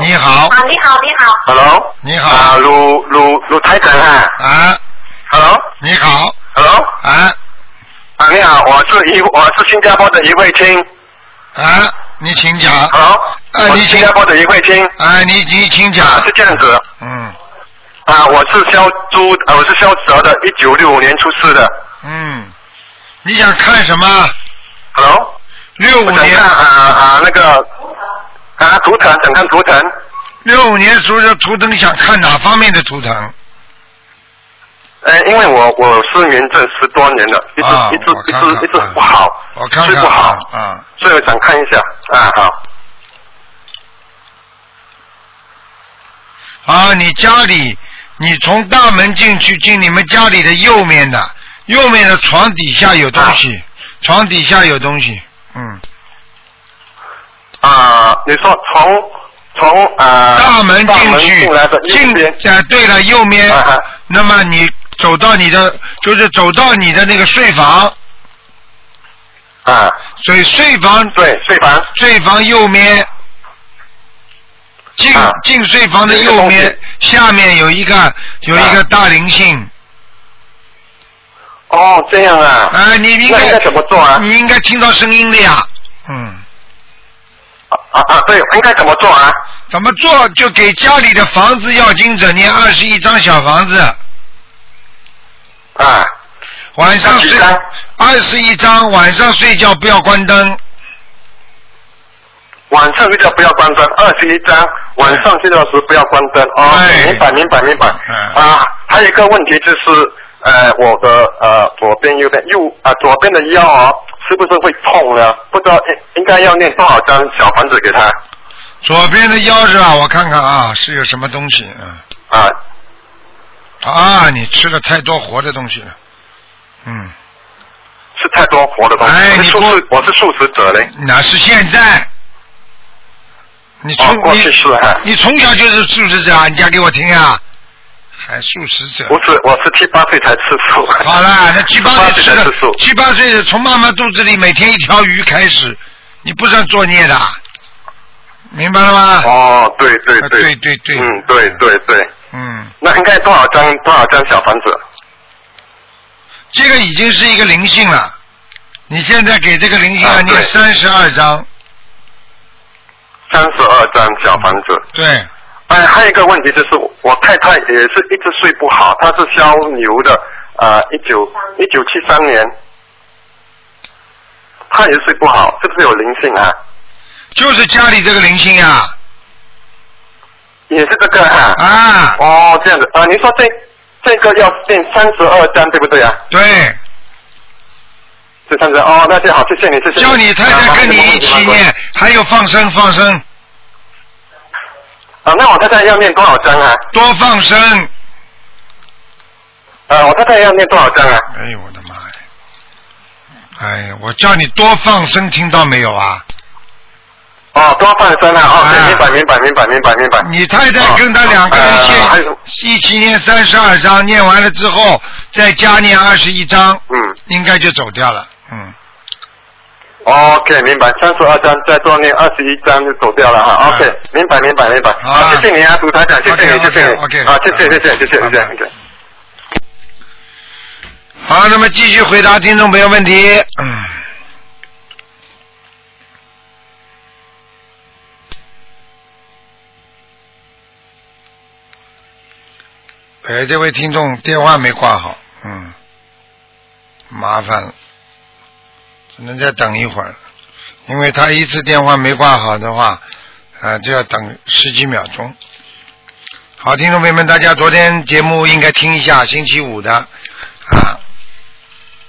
S1: 你好，
S6: 啊你好你好，
S4: Hello，
S1: 你
S4: 啊，
S1: 好，
S4: 鲁鲁鲁台长啊
S1: 啊，
S4: ，Hello，Hello，
S1: 你好，啊
S4: 啊，你好，我是一我是新加坡的一位亲
S1: 啊，你请讲。
S4: ，Hello，
S1: 哎
S7: 我
S1: 你
S7: 是
S1: 请
S7: 新加坡的一位亲，啊
S1: 哎，你你请讲，
S7: 是这样子
S1: 嗯
S7: 啊，我是肖猪，呃我是肖蛇的，一九六五年出世的。
S1: 嗯，你想看什么？
S7: Hello，
S1: 六五
S7: 我想
S1: 年
S7: 看啊啊那个啊图腾，想看图腾
S1: 六五年属的图腾想看哪方面的图腾？
S7: 呃，因为我我失眠这十多年了，一直、
S1: 啊
S7: 一直
S1: 我
S7: 一
S1: 看看
S7: 直一直
S1: 啊
S7: 不好，
S1: 我看
S7: 睡
S1: 看
S7: 不好
S1: 啊，啊，
S7: 所以我想看一下啊好。
S1: 啊，你家里，你从大门进去，进你们家里的右面的，右面的床底下有东西，床底下有东西，嗯，
S7: 啊，你说从从啊
S1: 大门进去
S7: 进来的，右
S1: 进
S7: 边
S1: 啊，对了，右面
S7: 啊啊，
S1: 那么你走到你的，就是走到你的那个睡房，
S7: 啊，
S1: 所以睡房
S7: 对睡房
S1: 睡房右面，进
S7: 啊
S1: 进睡房的
S7: 有一个
S1: 右
S7: 东西
S1: 面下面有一个有一个
S7: 啊
S1: 大灵性，
S7: 哦这样啊，
S1: 哎，你你应
S7: 那应
S1: 该
S7: 该怎么做啊？
S1: 你应该听到声音的呀，嗯，
S7: 啊啊啊对，应该怎么做啊？
S1: 怎么做就给家里的房子要经者念二十一张小房子，
S7: 啊，
S1: 晚上
S7: 几
S1: 睡
S7: 张
S1: 二十一张，晚上睡觉不要关灯，
S7: 晚上睡觉不要关灯，二十一张，晚上睡觉时不要关灯哦
S1: 哎，
S7: 明白明白明白
S1: 嗯
S7: 啊，还有一个问题就是呃我的呃左边右边右啊、左边的腰哦是不是会痛呢？不知道应应该要念多少张小房子给他
S1: 左边的腰是吧？我看看啊，是有什么东西，嗯，
S7: 啊？
S1: 啊，你吃了太多活的东西了，嗯。
S7: 是太多活的东西。
S1: 哎
S7: 我
S1: 你
S7: 是素
S1: 过
S7: 食，我是素食者嘞。
S1: 那是现在。你从、
S7: 哦，过
S1: 你
S7: 去是啊，
S1: 你从小就是素食者啊，你讲给我听啊，还素食者。
S7: 不是，我是七八岁才吃素。
S1: 好了，那七八岁吃
S7: 才
S1: 的
S7: 吃素，
S1: 七八岁的从妈妈肚子里每天一条鱼开始，你不算作孽的，明白了吗？
S7: 哦，对对
S1: 啊
S7: 对，
S1: 对对对
S7: 嗯，对对对，
S1: 嗯，
S7: 那应该多少张多少张小房子？
S1: 这个已经是一个灵性了，你现在给这个灵性
S7: 啊
S1: 念
S7: 对
S1: 三十二章，
S7: 三十二张小房子。
S1: 对，
S7: 哎，还有一个问题就是，我太太也是一直睡不好，她是肖牛的，啊、1一九一九七三年，她也睡不好，是不是有灵性啊？
S1: 就是家里这个灵性啊呀、
S7: 也是这个啊。
S1: 啊，啊，
S7: 哦，这样子啊、你说这这个要变三十二张，对不对啊？
S1: 对，
S7: 这三十哦，那就好，谢谢你，谢谢。
S1: 叫你太
S7: 啊
S1: 太跟你一起。念，还有放生放生，
S7: 啊，那我太太要念多少张啊？
S1: 多放生。
S7: 呃，我太太要念多少张啊？
S1: 哎呦我的妈呀！哎呀，我叫你多放生，听到没有啊？
S7: 哦，多放生啊！哦，
S1: 啊
S7: 对，明白，明白，明白，明白，明白。
S1: 你太太跟他两个人
S7: 哦呃还
S1: 先
S7: 有
S1: 一起念三十二章，念完了之后再加念二十一章，
S7: 嗯
S1: 应该就走掉了。嗯，
S7: ，OK，明白，三十二张，再多念二十一张就走掉了哈。
S1: 啊
S7: OK，明白，明白，明白。
S1: 好
S7: 好，谢谢你啊，卢台长，谢谢你，谢
S1: OK，OK，
S7: 谢你。
S1: OK，
S7: 啊，谢谢，谢谢，谢谢，
S1: 拜
S7: 谢
S1: 拜
S7: 谢谢谢。
S1: 好，那么继续回答听众朋友问题。嗯。哎，这位听众电话没挂好，嗯，麻烦了，只能再等一会儿，因为他一次电话没挂好的话，啊，就要等十几秒钟。好，听众朋友们，大家昨天节目应该听一下，星期五的啊。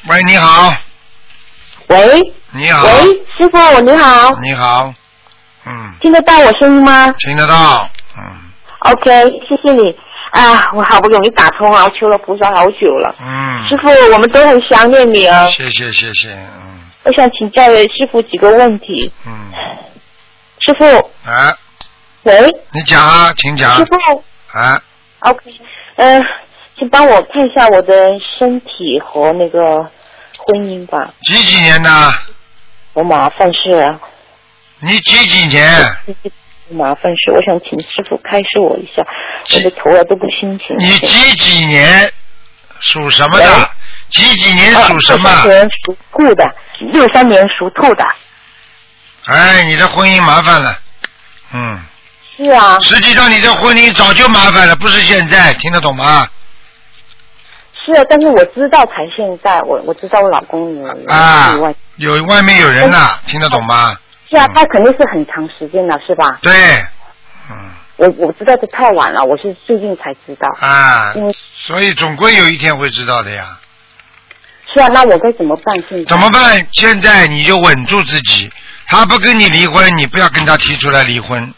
S1: 喂，你好，
S8: 喂
S1: 你好，
S8: 喂，师傅你好，
S1: 你好，嗯，
S8: 听得到我声音吗
S1: 听得到，嗯
S8: ？OK，谢谢你啊，我好不容易打通啊，我求了菩萨好久了。
S1: 嗯，
S8: 师傅，我们都很想念你啊！
S1: 谢谢谢谢，嗯
S8: 我想请教师傅几个问题。
S1: 嗯，
S8: 师傅，
S1: 啊，
S8: 喂，
S1: 你讲啊，请讲
S8: 师傅
S1: 啊，
S8: ，OK，呃，请帮我看一下我的身体和那个婚姻吧。
S1: 几几年的？
S8: 我麻烦事啊，
S1: 你几几年？
S8: 有麻烦事，我想请师傅开示我一下，我的头啊都不清醒。
S1: 你几几年属什么的
S8: 喂？
S1: 几几年
S8: 啊
S1: 属什么？
S8: 63年属兔的，六三年属兔的。
S1: 哎，你的婚姻麻烦了，嗯，
S8: 是啊，
S1: 实际上你这婚姻早就麻烦了，不是现在，听得懂吗？
S8: 是啊，但是我知道才现在，我我知道我老公有有
S1: 啊
S8: 意外，
S1: 有外面有人了，听得懂吗？
S8: 是啊，他肯定是很长时间了，是吧？
S1: 对，嗯
S8: 我我知道这太晚了，我是最近才知道。
S1: 啊，
S8: 嗯，
S1: 所以总归有一天会知道的呀。
S8: 是啊，那我该怎么办？现在
S1: 怎么？办？现在你就稳住自己，他不跟你离婚，你不要跟他提出来离婚。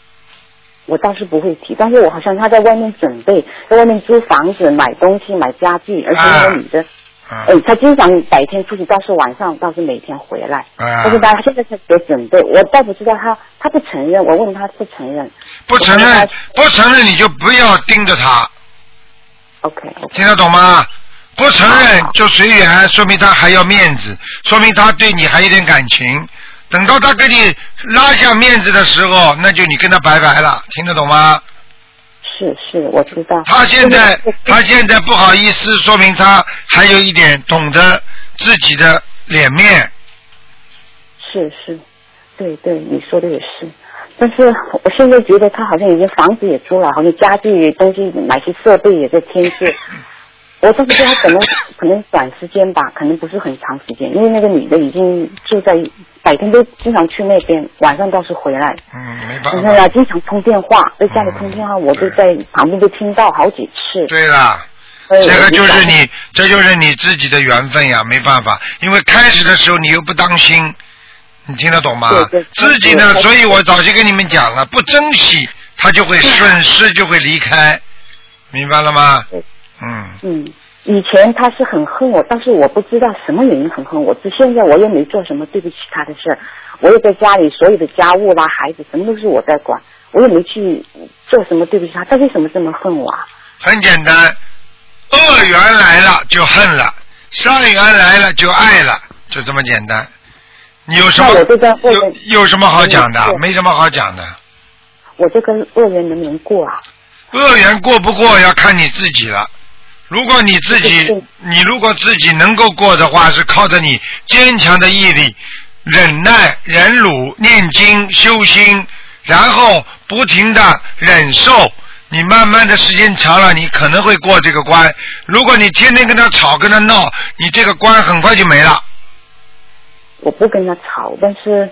S8: 我倒是不会提，但是我好像他在外面准备，在外面租房子、买东西、买家具，而且
S1: 啊
S8: 那个女的，
S1: 嗯
S8: 哎、她经常白天出去，倒是晚上倒是每天回来。
S1: 啊
S8: 但，是她现在才有准备，我倒不知道她，她不承认，我问她不承认。
S1: 不承
S8: 我
S1: 认
S8: 跟，
S1: 不承认你就不要盯着他。
S8: OK，
S1: 听得懂吗？不承认就随缘，说明他还要面子，说明他对你还有点感情。等到他跟你拉下面子的时候，那就你跟他拜拜了，听得懂吗？
S8: 是是，我知道。
S1: 他现 在
S8: 就是
S1: 他现在不好意思，说明他还有一点懂得自己的脸面。
S8: 是是，对对，你说的也是。但是我现在觉得他好像已经房子也租了，好像家具东西买些设备也在添置。我倒是觉得他可 能可能短时间吧，可能不是很长时间，因为那个女的已经住在白天都经常去那边，晚上倒是回来，
S1: 嗯，没办
S8: 但是
S1: 法。
S8: 呢经常通电话，在家里通电话，我都在旁边都听到好几次。
S1: 嗯对了。
S8: 所以我
S1: 这个就
S8: 想
S1: 是你，这就是你自己的缘分呀，没办法，因为开始的时候你又不当心，你听得懂吗？
S8: 对对
S1: 自己呢，
S8: 对
S1: 所以我早就跟你们讲了，不珍惜，他就会损失，就会离开，明白了吗？嗯，
S8: 嗯，以前他是很恨我，但是我不知道什么原因很恨我。只现在我又没做什么对不起他的事儿，我又在家里所有的家务啦、孩子什么都是我在管，我也没去做什么对不起他。他为什么这么恨我啊？
S1: 很简单，恶缘来了就恨了，善缘来了就爱了，就这么简单。你有哦什么
S8: 那我就在问
S1: 有有什么好讲的
S8: 嗯？对
S1: 没什么好讲的。
S8: 我这个恶人能不能过啊？
S1: 恶缘过不过要看你自己了。如果你自己
S8: 对对，
S1: 你如果自己能够过的话，是靠着你坚强的毅力、忍耐、忍辱、念经、修心，然后不停的忍受。你慢慢的时间长了，你可能会过这个关。如果你天天跟他吵、跟他闹，你这个关很快就没了。
S8: 我不跟他吵，但是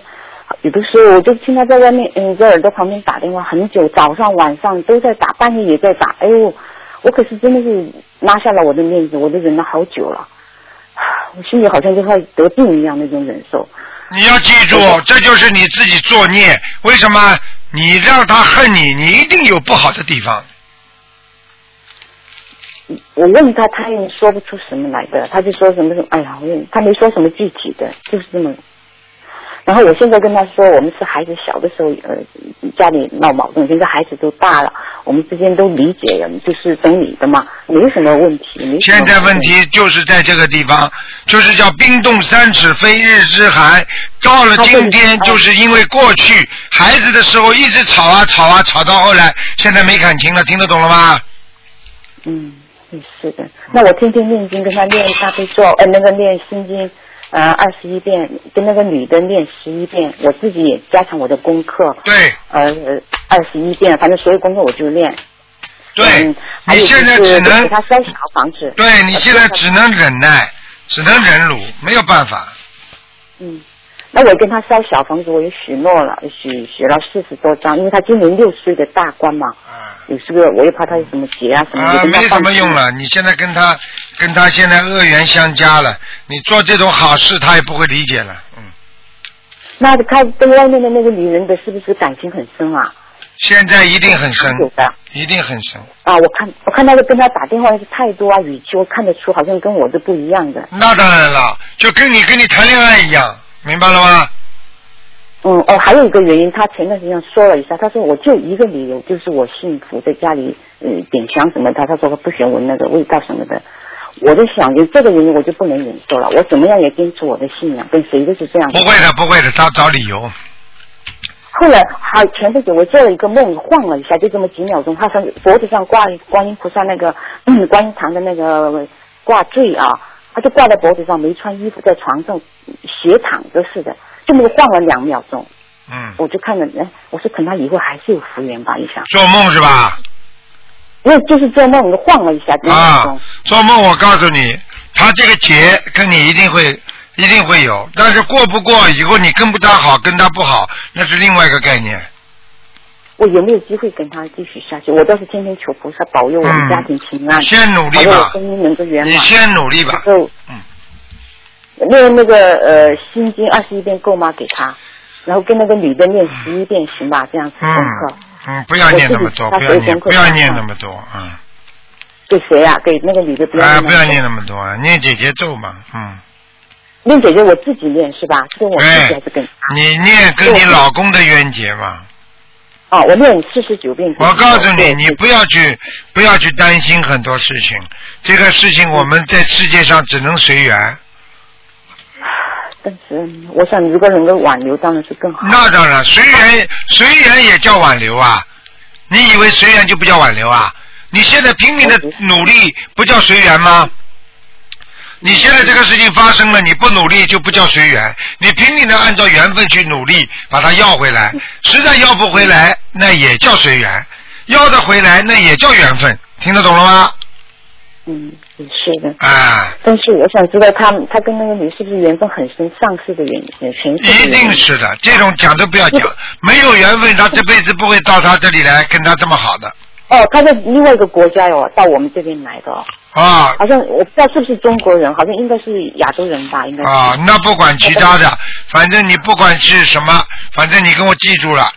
S8: 有的时候我就听他在外面，嗯，在耳朵旁边打电话很久，早上晚上都在打，半夜也在打。哎呦，我可是真的是拉下了我的面子，我都忍了好久了，啊我心里好像就快得病一样那种忍受。
S1: 你要记住，这就是你自己作孽。为什么？你让他恨你，你一定有不好的地方。
S8: 我问他，他也说不出什么来的，他就说什么什么，哎呀，我也他没说什么具体的，就是这么。然后我现在跟他说，我们是孩子小的时候，呃，家里闹矛盾，现在孩子都大了，我们之间都理解了，就是懂你的嘛，没什么问题。没什么
S1: 现在问题就是在这个地方，就是叫冰冻三尺非日之寒。到了今天，
S8: 啊对
S1: 就是因为过去孩子的时候一直吵啊吵啊吵，到后来现在没感情了，听得懂了吗？
S8: 嗯，也是的。那我天天念经，跟他念大悲咒，呃，那个念心经，呃，二十一遍，跟那个女的念十一遍，我自己也加强我的功课，
S1: 对
S8: 呃，二十一遍，反正所有功课我就练。
S1: 对
S8: 嗯，还有
S1: 你现在
S8: 就是
S1: 只能
S8: 给他烧小房子。
S1: 对你现在只能忍耐，只能忍辱，没有办法。
S8: 嗯，那我跟他烧小房子，我也许诺了，许许了四十多张，因为他今年六岁的大关嘛，
S1: 啊
S8: 有时候我又怕他有什么结啊什么的。
S1: 啊，
S8: 跟他
S1: 没什
S8: 放
S1: 么用
S8: 生。
S1: 了。你现在跟他跟他现在恶缘相加了，你做这种好事他也不会理解了。嗯，
S8: 那他跟外面的那个女人的是不是感情很深啊？
S1: 现在一定很深，
S8: 有的
S1: 一定很深。
S8: 啊，我看我看他的跟他打电话是态度啊语气，我看得出好像跟我是不一样的。
S1: 那当然了，就跟你跟你谈恋爱一样，明白了吗？
S8: 嗯，哦，还有一个原因，他前段时间说了一下，他说我就一个理由，就是我幸福，在家里嗯点香什么的，他说他不喜欢闻那个味道什么的。我在想，有这个原因我就不能忍受了，我怎么样也坚持我的信仰，跟谁都是这样。
S1: 不会的，不会的，他找理由。
S8: 后来还前不久我做了一个梦，晃了一下，就这么几秒钟，他上脖子上挂观音菩萨那个、嗯、观音堂的那个挂坠啊，他就挂在脖子上，没穿衣服，在床上斜躺着似的，这么晃了两秒钟。
S1: 嗯，
S8: 我就看了，哎我说可能他以后还是有福缘吧，一想，
S1: 做梦是吧？
S8: 因为就是做梦我晃了一下，就是那
S1: 啊
S8: 种，
S1: 做梦我告诉你，他这个劫跟你一定会一定会有，但是过不过以后你跟不他好，跟他不好，那是另外一个概念。
S8: 我有没有机会跟他继续下去？我倒是天天求菩萨保佑我们家庭平安，
S1: 先努
S8: 好
S1: 力
S8: 让我
S1: 吧，
S8: 婚姻能够圆
S1: 你
S8: 满。
S1: 先努力吧。
S8: 就
S1: 嗯
S8: 那那个呃心经二十一遍够吗？给他，然后跟那个女的念十一遍行吧？这样子功课、
S1: 嗯嗯，不要念那么多，
S8: 我
S1: 不
S8: 自己
S1: 要念，
S8: 他
S1: 不
S8: 回
S1: 要
S8: 家
S1: 念
S8: 看
S1: 那么多，嗯，
S8: 给谁呀、给那个女的不要念、
S1: 啊，不要念。那么多，啊，念姐姐咒嘛，嗯，
S8: 念姐姐我自己念是吧？跟我自
S1: 哎
S8: 己还是跟他？
S1: 你念跟你
S8: 对
S1: 老公的冤结嘛。
S8: 哦，我念四十九遍。
S1: 我告诉你，
S8: 对
S1: 你
S8: 对
S1: 不要去不要去担心很多事情，这个事情我们在世界上只能随缘。
S8: 但是嗯我想，如果能够挽留，当然是更好。
S1: 那当然，随缘随缘也叫挽留啊！你以为随缘就不叫挽留啊？你现在拼命的努力，不叫随缘吗？你现在这个事情发生了，你不努力就不叫随缘，你拼命的按照缘分去努力把它要回
S8: 嗯
S1: 来，实在要不回来，那也叫随缘；要得回来，那也叫缘分。听得懂了吗？
S8: 嗯，也是的。
S1: 啊，
S8: 但是我想知道他他跟那个女是不是缘分很深，上世的缘缘前世的缘
S1: 一定是的，这种讲都不要 讲，没有缘分，他这辈子不会到他这里来跟他这么好的
S8: 哦，他在另外一个国家哦，到我们这边来的哦，
S1: 啊。
S8: 好像我不知道是不是中国人，好像应该是亚洲人吧，应该是。
S1: 啊，那不管其他的，反正你不管是什么，反正你跟我记住了。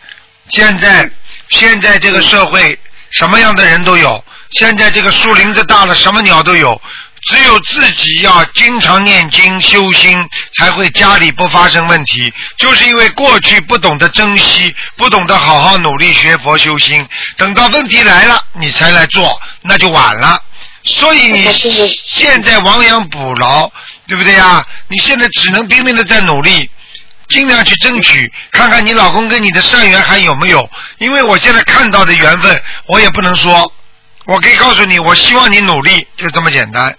S1: 现在现在这个社会，什么样的人都有。现在这个树林子大了，什么鸟都有。只有自己要经常念经修心，才会家里不发生问题。就是因为过去不懂得珍惜，不懂得好好努力学佛修心，等到问题来了你才来做，那就晚了。所以你
S8: 我现在
S1: 现在亡羊补牢，对不对呀？你现在只能拼命的在努力，尽量去争取，看看你老公跟你的善缘还有没有。因为我现在看到的缘分，我也不能说，我可以告诉你，我希望你努力，就这么简单。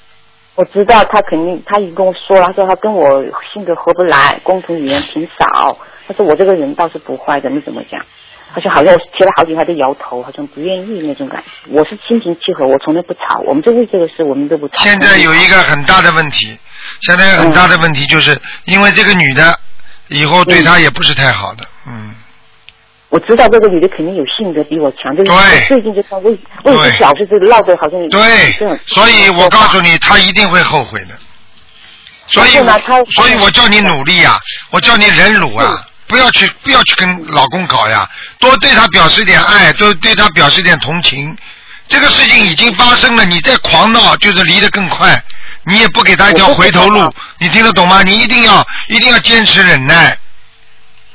S8: 我知道他肯定，他已经跟我说了，他说他跟我性格合不来，共同语言挺少。他说我这个人倒是不坏的，你怎么讲？他说好像我提了好几回，他都摇头，好像不愿意那种感觉。我是心平气和，我从来不吵，我们就为这个事，我们都不吵。
S1: 现在有一个很大的问题，现在有很大的问题就是因为这个女的，以后对她也不是太好的，嗯，
S8: 我知道这个女的肯定有性格比我强，就是
S1: 对
S8: 我最近就看为为
S1: 对
S8: 这小事就闹得好像有这
S1: 对
S8: 种，
S1: 所以我告诉你，她一定会后悔的。所以
S8: 然后呢她，
S1: 所以我叫你努力呀、啊我叫你忍辱
S8: 嗯
S1: 啊，不要去不要去跟老公搞呀，多对她表示点爱，多对她表示点同情。这个事情已经发生了，你再狂闹就是离得更快，你也不给她一条
S8: 我不
S1: 回头
S8: 知
S1: 路
S8: 道，
S1: 你听得懂吗？你一定要一定要坚持忍耐。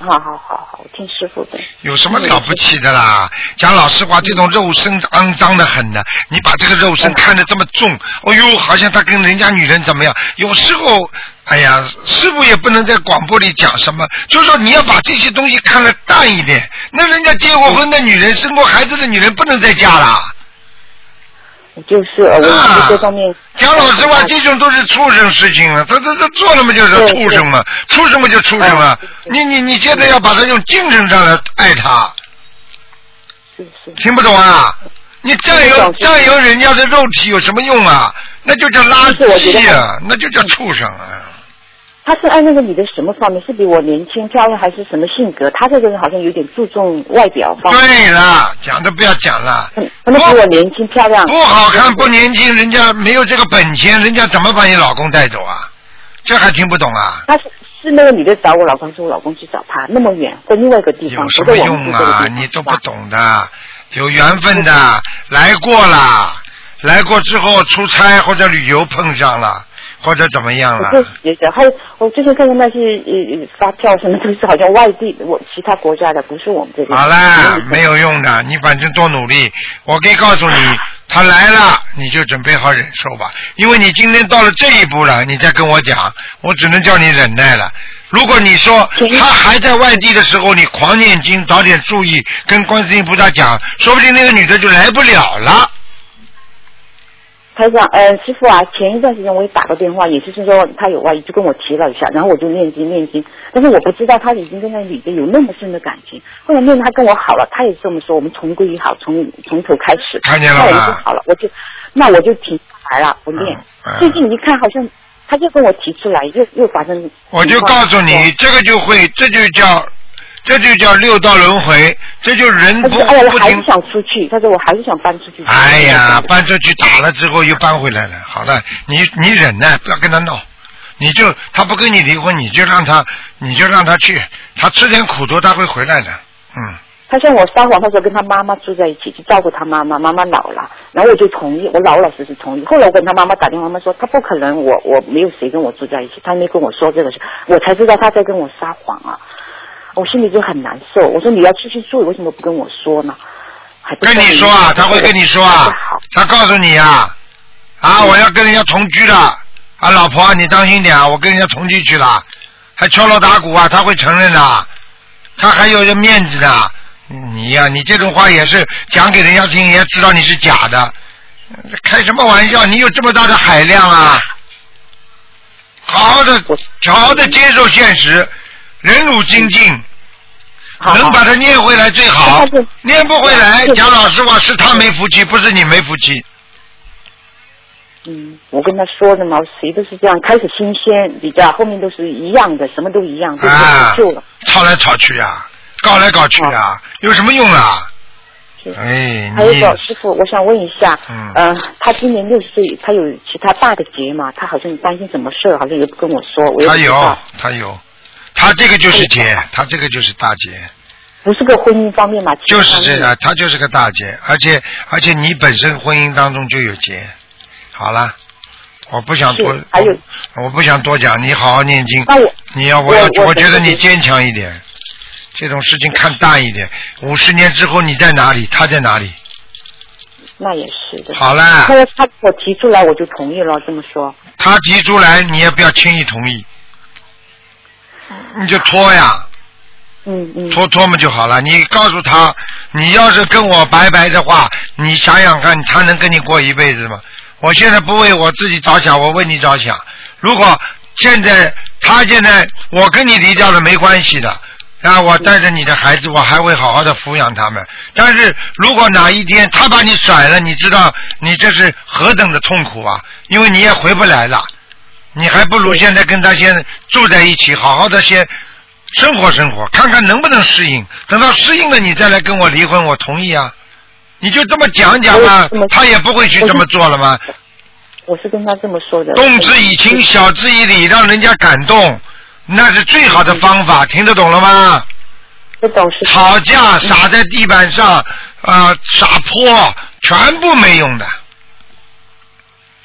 S8: 好好好好，我听师傅的。
S1: 有什么了不起的啦？讲老实话，这种肉身肮脏的很的，你把这个肉身看得这么重，哎呦，好像他跟人家女人怎么样？有时候，哎呀，师傅也不能在广播里讲什么，就是说你要把这些东西看得淡一点。那人家结过婚的女人，生过孩子的女人，不能再嫁啦。
S8: 就是呃，我
S1: 啊
S8: 对这方面。
S1: 讲老实话，这种都是畜生事情了。他他他做了嘛，就是
S8: 对
S1: 畜生嘛，畜生嘛就畜生
S8: 啊
S1: 了。你你你现在要把他用精神上来爱他。
S8: 是是
S1: 听不懂啊？你占有占有人家的肉体有什么用啊？那就叫垃
S8: 就是我觉得
S1: 圾啊，那就叫畜生啊！
S8: 他是按那个你的什么方面？是比我年轻漂亮，还是什么性格？他这个人好像有点注重外表方面，
S1: 对了，讲都不要讲了，
S8: 可可能比我年轻漂亮。
S1: 不好看不年轻，人家没有这个本钱，人家怎么把你老公带走啊？这还听不懂啊？
S8: 他是是那个女的找我老公，是我老公去找他，那么远，在另外一个地方，
S1: 有什
S8: 不
S1: 么
S8: 在我们住
S1: 用
S8: 这个地
S1: 啊？
S8: 方
S1: 你都
S8: 是
S1: 不
S8: 吧
S1: 懂的，有缘分的，来过啦，来过之后出差或者旅游碰上了，或者怎么样了
S8: 我？就觉得，还有我最近看到那些呃呃发票什么都是好像外地我其他国家的，不是我们这边。
S1: 好啦，
S8: 嗯
S1: 没有用的，你反正多努力。我可以告诉你，他来了，你就准备好忍受吧，因为你今天到了这一步了，你再跟我讲，我只能叫你忍耐了。如果你说
S8: 行
S1: 他还在外地的时候，你狂念经，早点注意，跟观世音菩萨讲，说不定那个女的就来不了了。
S8: 台长，呃，师傅啊，前一段时间我也打过电话，也就是说他有外遇，就跟我提了一下，然后我就念经念经，但是我不知道他已经跟那女的有那么深的感情。后来念他跟我好了，他也这么说，我们重归于好，从从头开始。
S1: 看见了吧
S8: 那我们就好了，我就那我就停下来了，不念。
S1: 嗯嗯
S8: 最近一看，好像他又跟我提出来，又又发生。
S1: 我就告诉你，，这个就会，这就叫，这就叫六道轮回，这就人
S8: 他
S1: 嗯不
S8: 说哎呀，我
S1: 不
S8: 还是
S1: 停。
S8: 想出去，他说我还是想搬出去。
S1: 哎呀，搬出去打了之后又搬回来了。好了，你你忍耐，不要跟他闹，你就他不跟你离婚，你就让他，你就让他去，他吃点苦头他会回来的。嗯，
S8: 他向我撒谎，他说跟他妈妈住在一起，去照顾他妈妈，妈妈老了，然后我就同意，我老老实实同意。后来我跟他妈妈打电话，妈妈说他不可能我，我没有谁跟我住在一起，他没跟我说这个事，我才知道他在跟我撒谎啊，我心里就很难受。我说你要出去住，为什么不跟我说呢？还不
S1: 跟你说啊，他会跟你说啊
S8: 不好，嗯
S1: 他告诉你啊，啊，我要跟人家同居了，啊，老婆啊你当心点啊，我跟人家同居去了，还敲锣打鼓啊，他会承认的、他还有这面子呢。你呀、你这种话也是讲给人家听，人家知道你是假的，开什么玩笑？你有这么大的海量啊！好好的，好好的接受现实，忍辱精进，
S8: 好
S1: 能把它念回来最好
S8: 他是。
S1: 念不回来，
S8: 啊是
S1: 讲老实话，是他没福气，不是你没福气。
S8: 嗯，我跟他说的嘛，谁都是这样，开始新鲜比较，后面都是一样的，什么都一样，就是
S1: 啊
S8: 旧了。，
S1: 吵来吵去啊，搞来搞去啊，有什么用啊？
S8: 是
S1: 哎，
S8: 还有一
S1: 你
S8: 个师傅，我想问一下，
S1: 嗯
S8: 呃，他今年六岁，他有其他大的劫吗？他好像担心什么事儿，好像也不跟我说，我也不
S1: 他
S8: 知道哎
S1: 有，他有，他这个就是劫，他这个就是大劫。
S8: 不是个婚姻方面嘛，其他
S1: 就是
S8: 方面
S1: 这个，啊他就是个大劫，而且而且你本身婚姻当中就有劫。好了，我不想多
S8: 是，还有
S1: 我我不想多讲，你好好念经。
S8: 那我
S1: 你要我
S8: 我
S1: 要
S8: 我
S1: 我觉得
S8: 等着
S1: 你
S8: 你
S1: 坚强一点，这种事情看淡一点。五十年之后你在哪里，他在哪里？
S8: 那也是的。
S1: 好了
S8: 后，来他给我提出来，我就同意了，这么说。
S1: 他提出来，你也不要轻易同意，你就拖呀。
S8: 嗯嗯，
S1: 拖拖嘛就好了。你告诉他，你要是跟我拜拜的话，你想想看，他能跟你过一辈子吗？我现在不为我自己着想，我为你着想。如果现在他现在我跟你离掉了没关系的，啊，我带着你的孩子，我还会好好的抚养他们。但是如果哪一天他把你甩了，你知道你这是何等的痛苦啊！因为你也回不来了，你还不如现在跟他先住在一起，好好的先生活生活，看看能不能适应。等到适应了，你再来跟我离婚，我同意啊。你就这么讲讲啊
S8: 我我，
S1: 他也不会去这么做了吗？
S8: 我是跟他这么说的。
S1: 动之以情，晓之以理，让人家感动，那是最好的方法。听得懂了吗？
S8: 嗯不懂事。
S1: 吵架撒在地板上，啊、撒泼，全部没用的。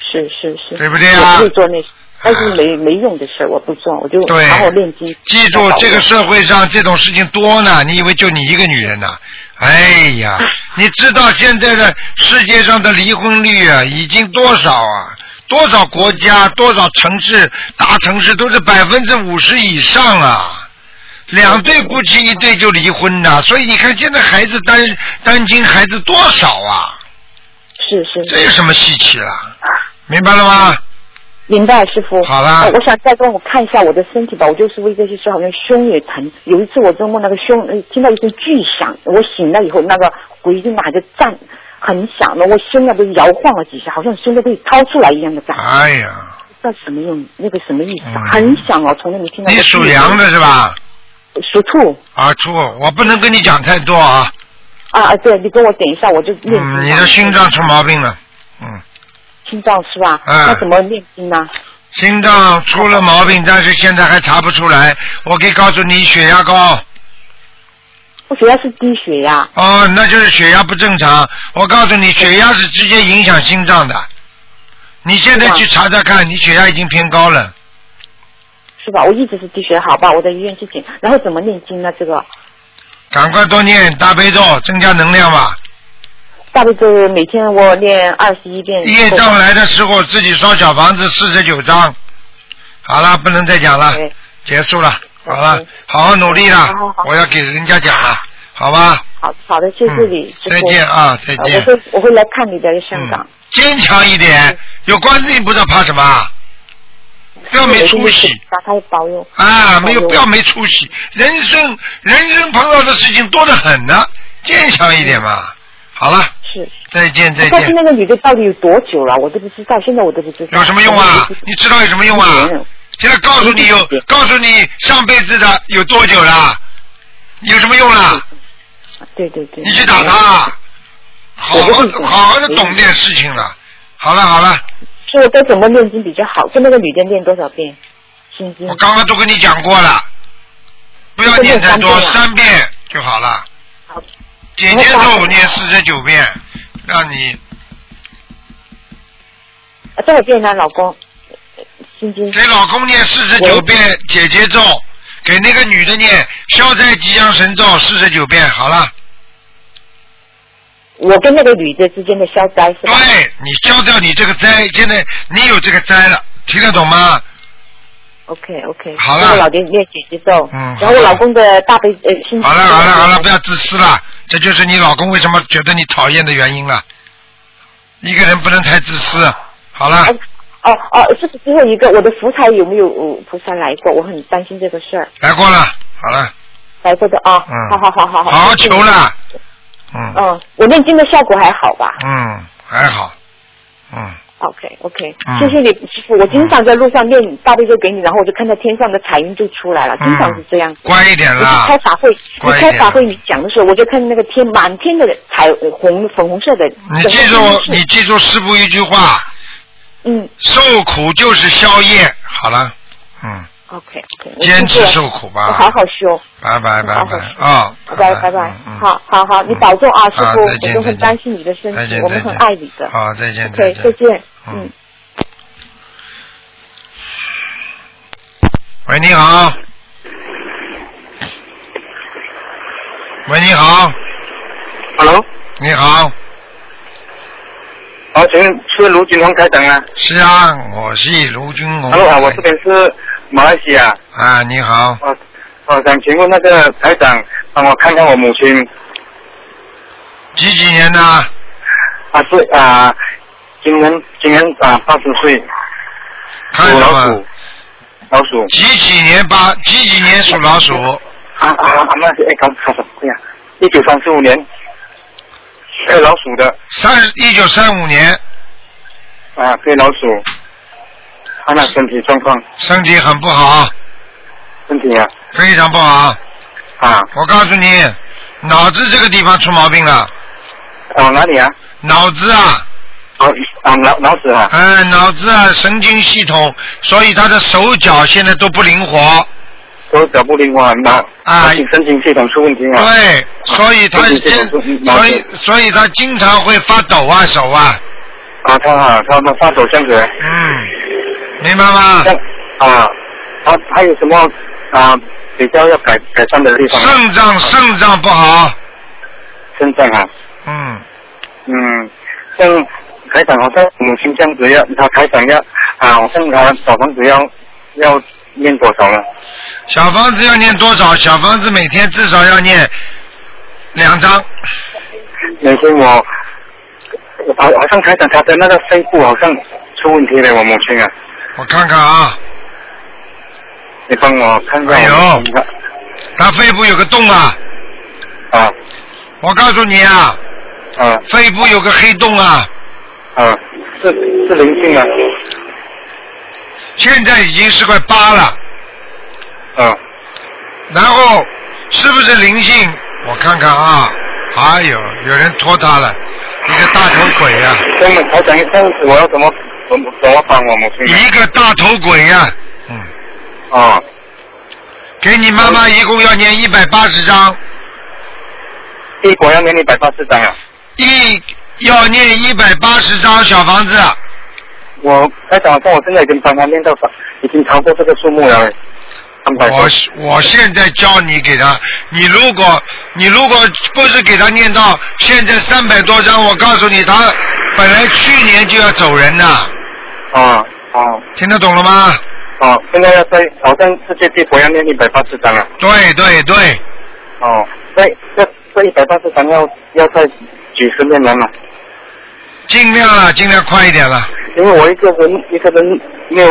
S8: 是是是，
S1: 对不对啊
S8: 我不会做那些，但是没没用的事儿我不做，我就
S1: 对
S8: 好好练经。
S1: 记住，这个社会上这种事情多呢，你以为就你一个女人呐？哎 呀，你知道现在的世界上的离婚率啊，已经多少啊？多少国家、多少城市、大城市都是百分之五十以上啊！两对夫妻一对就离婚呐、所以你看现在孩子单单亲孩子多少啊？
S8: 是是。啊
S1: 这有什么稀奇啦？明白了吗？
S8: 明白，师傅。
S1: 好啦
S8: 呃我想再帮我看一下我的身体吧，我就是为这些事，好像胸也疼。有一次我做梦，那个胸呃听到一声巨响，我醒了以后，那个回就拿着站，很响的，我胸那都摇晃了几下，好像胸都被掏出来一样的感觉，
S1: 哎呀，
S8: 不知道什么用，那个什么意思啊
S1: 嗯？
S8: 很响哦，从来没听到。
S1: 你属羊的，是吧？
S8: 属兔
S1: 啊，处，我不能跟你讲太多啊。
S8: 啊啊！对，你跟我点一下，我就念经吧。
S1: 嗯，你的心脏出毛病了，嗯，
S8: 心脏是吧？
S1: 嗯
S8: 那怎么念经呢？
S1: 心脏出了毛病，但是现在还查不出来。我可以告诉你，血压高，
S8: 我主要是低血压。
S1: 哦，那就是血压不正常。我告诉你，血压是直接影响心脏的。你现在去查查看，你血压已经偏高了。
S8: 是吧？我一直是低血压，好吧，我在医院去检，然后怎么念经呢？这个
S1: 赶快多念大悲咒，增加能量吧。
S8: 大悲咒每天我念二十一遍。
S1: 业障来的时候，
S8: 哦
S1: 自己烧小房子四十九章。好了，不能再讲了，
S8: 对
S1: 结束了。好了
S8: 嗯，
S1: 好好努力
S8: 好
S1: 了
S8: 哎好好，
S1: 我要给人家讲了，好吧？
S8: 好好的，谢谢你，
S1: 嗯再见啊，再
S8: 师傅
S1: 见。嗯
S8: 呃我会我会来看你的，在香港。
S1: 坚强一
S8: 哎
S1: 点，有观世音菩萨怕什么啊？不要没出息。
S8: 打开保佑。
S1: 啊，
S8: 哎
S1: 没有不要没出息，人生人生碰到的事情多得很呢、坚强一点嘛。好了，
S8: 是。
S1: 再见再
S8: 但是
S1: 见
S8: 那，个女的到底有多久了，我都不知道，现在我都不知道。
S1: 有什么用啊？你知道有什么用啊？现在告诉你有
S8: 嗯对，
S1: 告诉你上辈子的有多久了？有什么用啦？
S8: 嗯对对对。
S1: 你去打他啊，好好好好的懂点事情了。好了好了，
S8: 是我该怎么念经比较好？跟那个女的念多少遍心经
S1: 我？刚刚都跟你讲过了，
S8: 嗯
S1: 不要念太多，
S8: 啊
S1: 三遍就好了。姐姐咒念四十九遍，让你
S8: 啊多少遍呢、老公？心经
S1: 给老公念四十九遍姐姐咒，给那个女的念消灾吉祥神咒四十九遍，好了。
S8: 我跟那个女的之间的消灾是吧？
S1: 对你消掉你这个灾，现在你有这个灾了，听得懂吗？
S8: OK OK，
S1: 好了
S8: 那个老爹念姐姐咒，
S1: 嗯
S8: 然后我老公的大悲呃心经。
S1: 好了好了好了，不要自私了，这就是你老公为什么觉得你讨厌的原因了。一个人不能太自私。好了，
S8: 哦哦，这是最后一个，我的福财有没有呃菩萨来过？我很担心这个事儿，
S1: 来过了，好了，
S8: 来过的啊、哦
S1: 嗯
S8: 好好好好
S1: 好
S8: 好，
S1: 好求了。嗯
S8: 嗯，我念经的效果还好吧
S1: 嗯，还好，嗯，
S8: ？OK OK，、
S1: 嗯
S8: 谢谢你师傅，我经常在路上念大悲咒给你，然后我就看到天上的彩云就出来了，经常是这样子。
S1: 乖一点
S8: 我
S1: 啦
S8: 去开。法会，你
S1: 乖一点
S8: 开法会你讲的时候，我就看那个天满天的彩呃红粉红色的。
S1: 你记住，你记住师傅一句话：
S8: 嗯
S1: 受苦就是宵夜。好了，嗯，
S8: ，OK OK，
S1: 坚持受苦
S8: 我
S1: 吧。
S8: 好好修，
S1: 拜拜拜
S8: 好好
S1: 拜啊！
S8: 拜拜拜
S1: 嗯，嗯
S8: 好好好，你保重啊，师
S1: 啊
S8: 傅，
S1: 再见
S8: 我都
S1: 再见
S8: 很担心你的身
S1: 再
S8: 体
S1: 见，
S8: 我们
S1: 再
S8: 很
S1: 见
S8: 爱你的。
S1: 好，再见，
S8: OK，再见，嗯
S1: 嗯。喂，你好。喂，你好，
S7: Hello，
S1: 你好，
S7: 好，请问是卢金红台长啊
S1: 是啊，我是卢军红。
S7: ？Hello 啊，我这边是马来西亚，
S1: 啊，你好，
S7: 我
S1: 哦
S7: 我想请问那个台长，帮我看看我母亲，
S1: 几几年的？
S7: 她是啊，今年今年啊八十岁，
S1: 看
S7: 属
S1: 什
S7: 老
S1: 么
S7: 鼠？，老鼠
S1: 几几年八？几几年属老鼠？
S7: 啊啊啊！那是哎，搞搞什么呀？一九三四五年，对老鼠的
S1: 三一九三五年，
S7: 啊，对老鼠，她那身体状况，
S1: 身体很不好，啊
S7: 身体啊
S1: 非常不好。
S7: 啊
S1: 我告诉你，脑子这个地方出毛病了，
S7: 啊哪里啊？
S1: 脑子啊，
S7: 啊啊脑脑子啊
S1: 嗯、脑子啊，神经系统，所以他的手脚现在都不灵活，
S7: 手脚不灵活，脑
S1: 啊
S7: 神经系统出问题啊。
S1: 对，所以他
S7: 对对对我
S1: 经，
S7: 脑
S1: 所
S7: 子
S1: 以所以他经常会发抖啊，手啊，
S7: 啊，他啊，他他发抖这样子，
S1: 嗯，明白吗
S7: 这？样啊，他还有什么啊比较要改改善的地方？啊
S1: 肾脏肾脏不好，
S7: 肾脏啊，
S1: 嗯，
S7: 嗯，像台长好像母亲这样子要，他台长要啊，好像他小房子要要念多少呢？
S1: 小房子要念多少？小房子每天至少要念两张，
S7: 每天我好好像台长他的那个肺部好像出问题了，我母亲啊，
S1: 我看看啊，
S7: 你帮我看看
S1: 哎呦
S7: 我母亲啊。
S1: 他肺部有个洞啊，
S7: 啊
S1: 我告诉你啊，
S7: 啊
S1: 肺部有个黑洞啊，
S7: 啊，是是灵性啊，
S1: 现在已经是块疤了。
S7: 啊
S1: 然后是不是灵性？我看看啊，哎呦，有人拖他了，一个大头鬼啊呀、
S7: 那么台长，这样子我要怎么怎么怎么帮我母亲呢？
S1: 一个大头鬼呀、嗯，
S7: 哦，
S1: 给你妈妈一共要念一百八十章，
S7: 一国要给你百八十张啊！
S1: 一要念一百八十章小房子。
S7: 我台长，像我现在已经帮他念到少，已经超过这个数目了，三百多
S1: 我。我现在教你给他，你如果你如果不是给他念到现在三百多章，我告诉你，他本来去年就要走人的，
S7: 哦哦
S1: 听得懂了吗？
S7: 哦，现在要在好像世界地国要念一百八十张啊！
S1: 对对对，
S7: 哦，所以这这一百八十张要要在几十年了嘛？
S1: 尽量了，尽量快一点了。
S7: 因为我一个人一个人没有，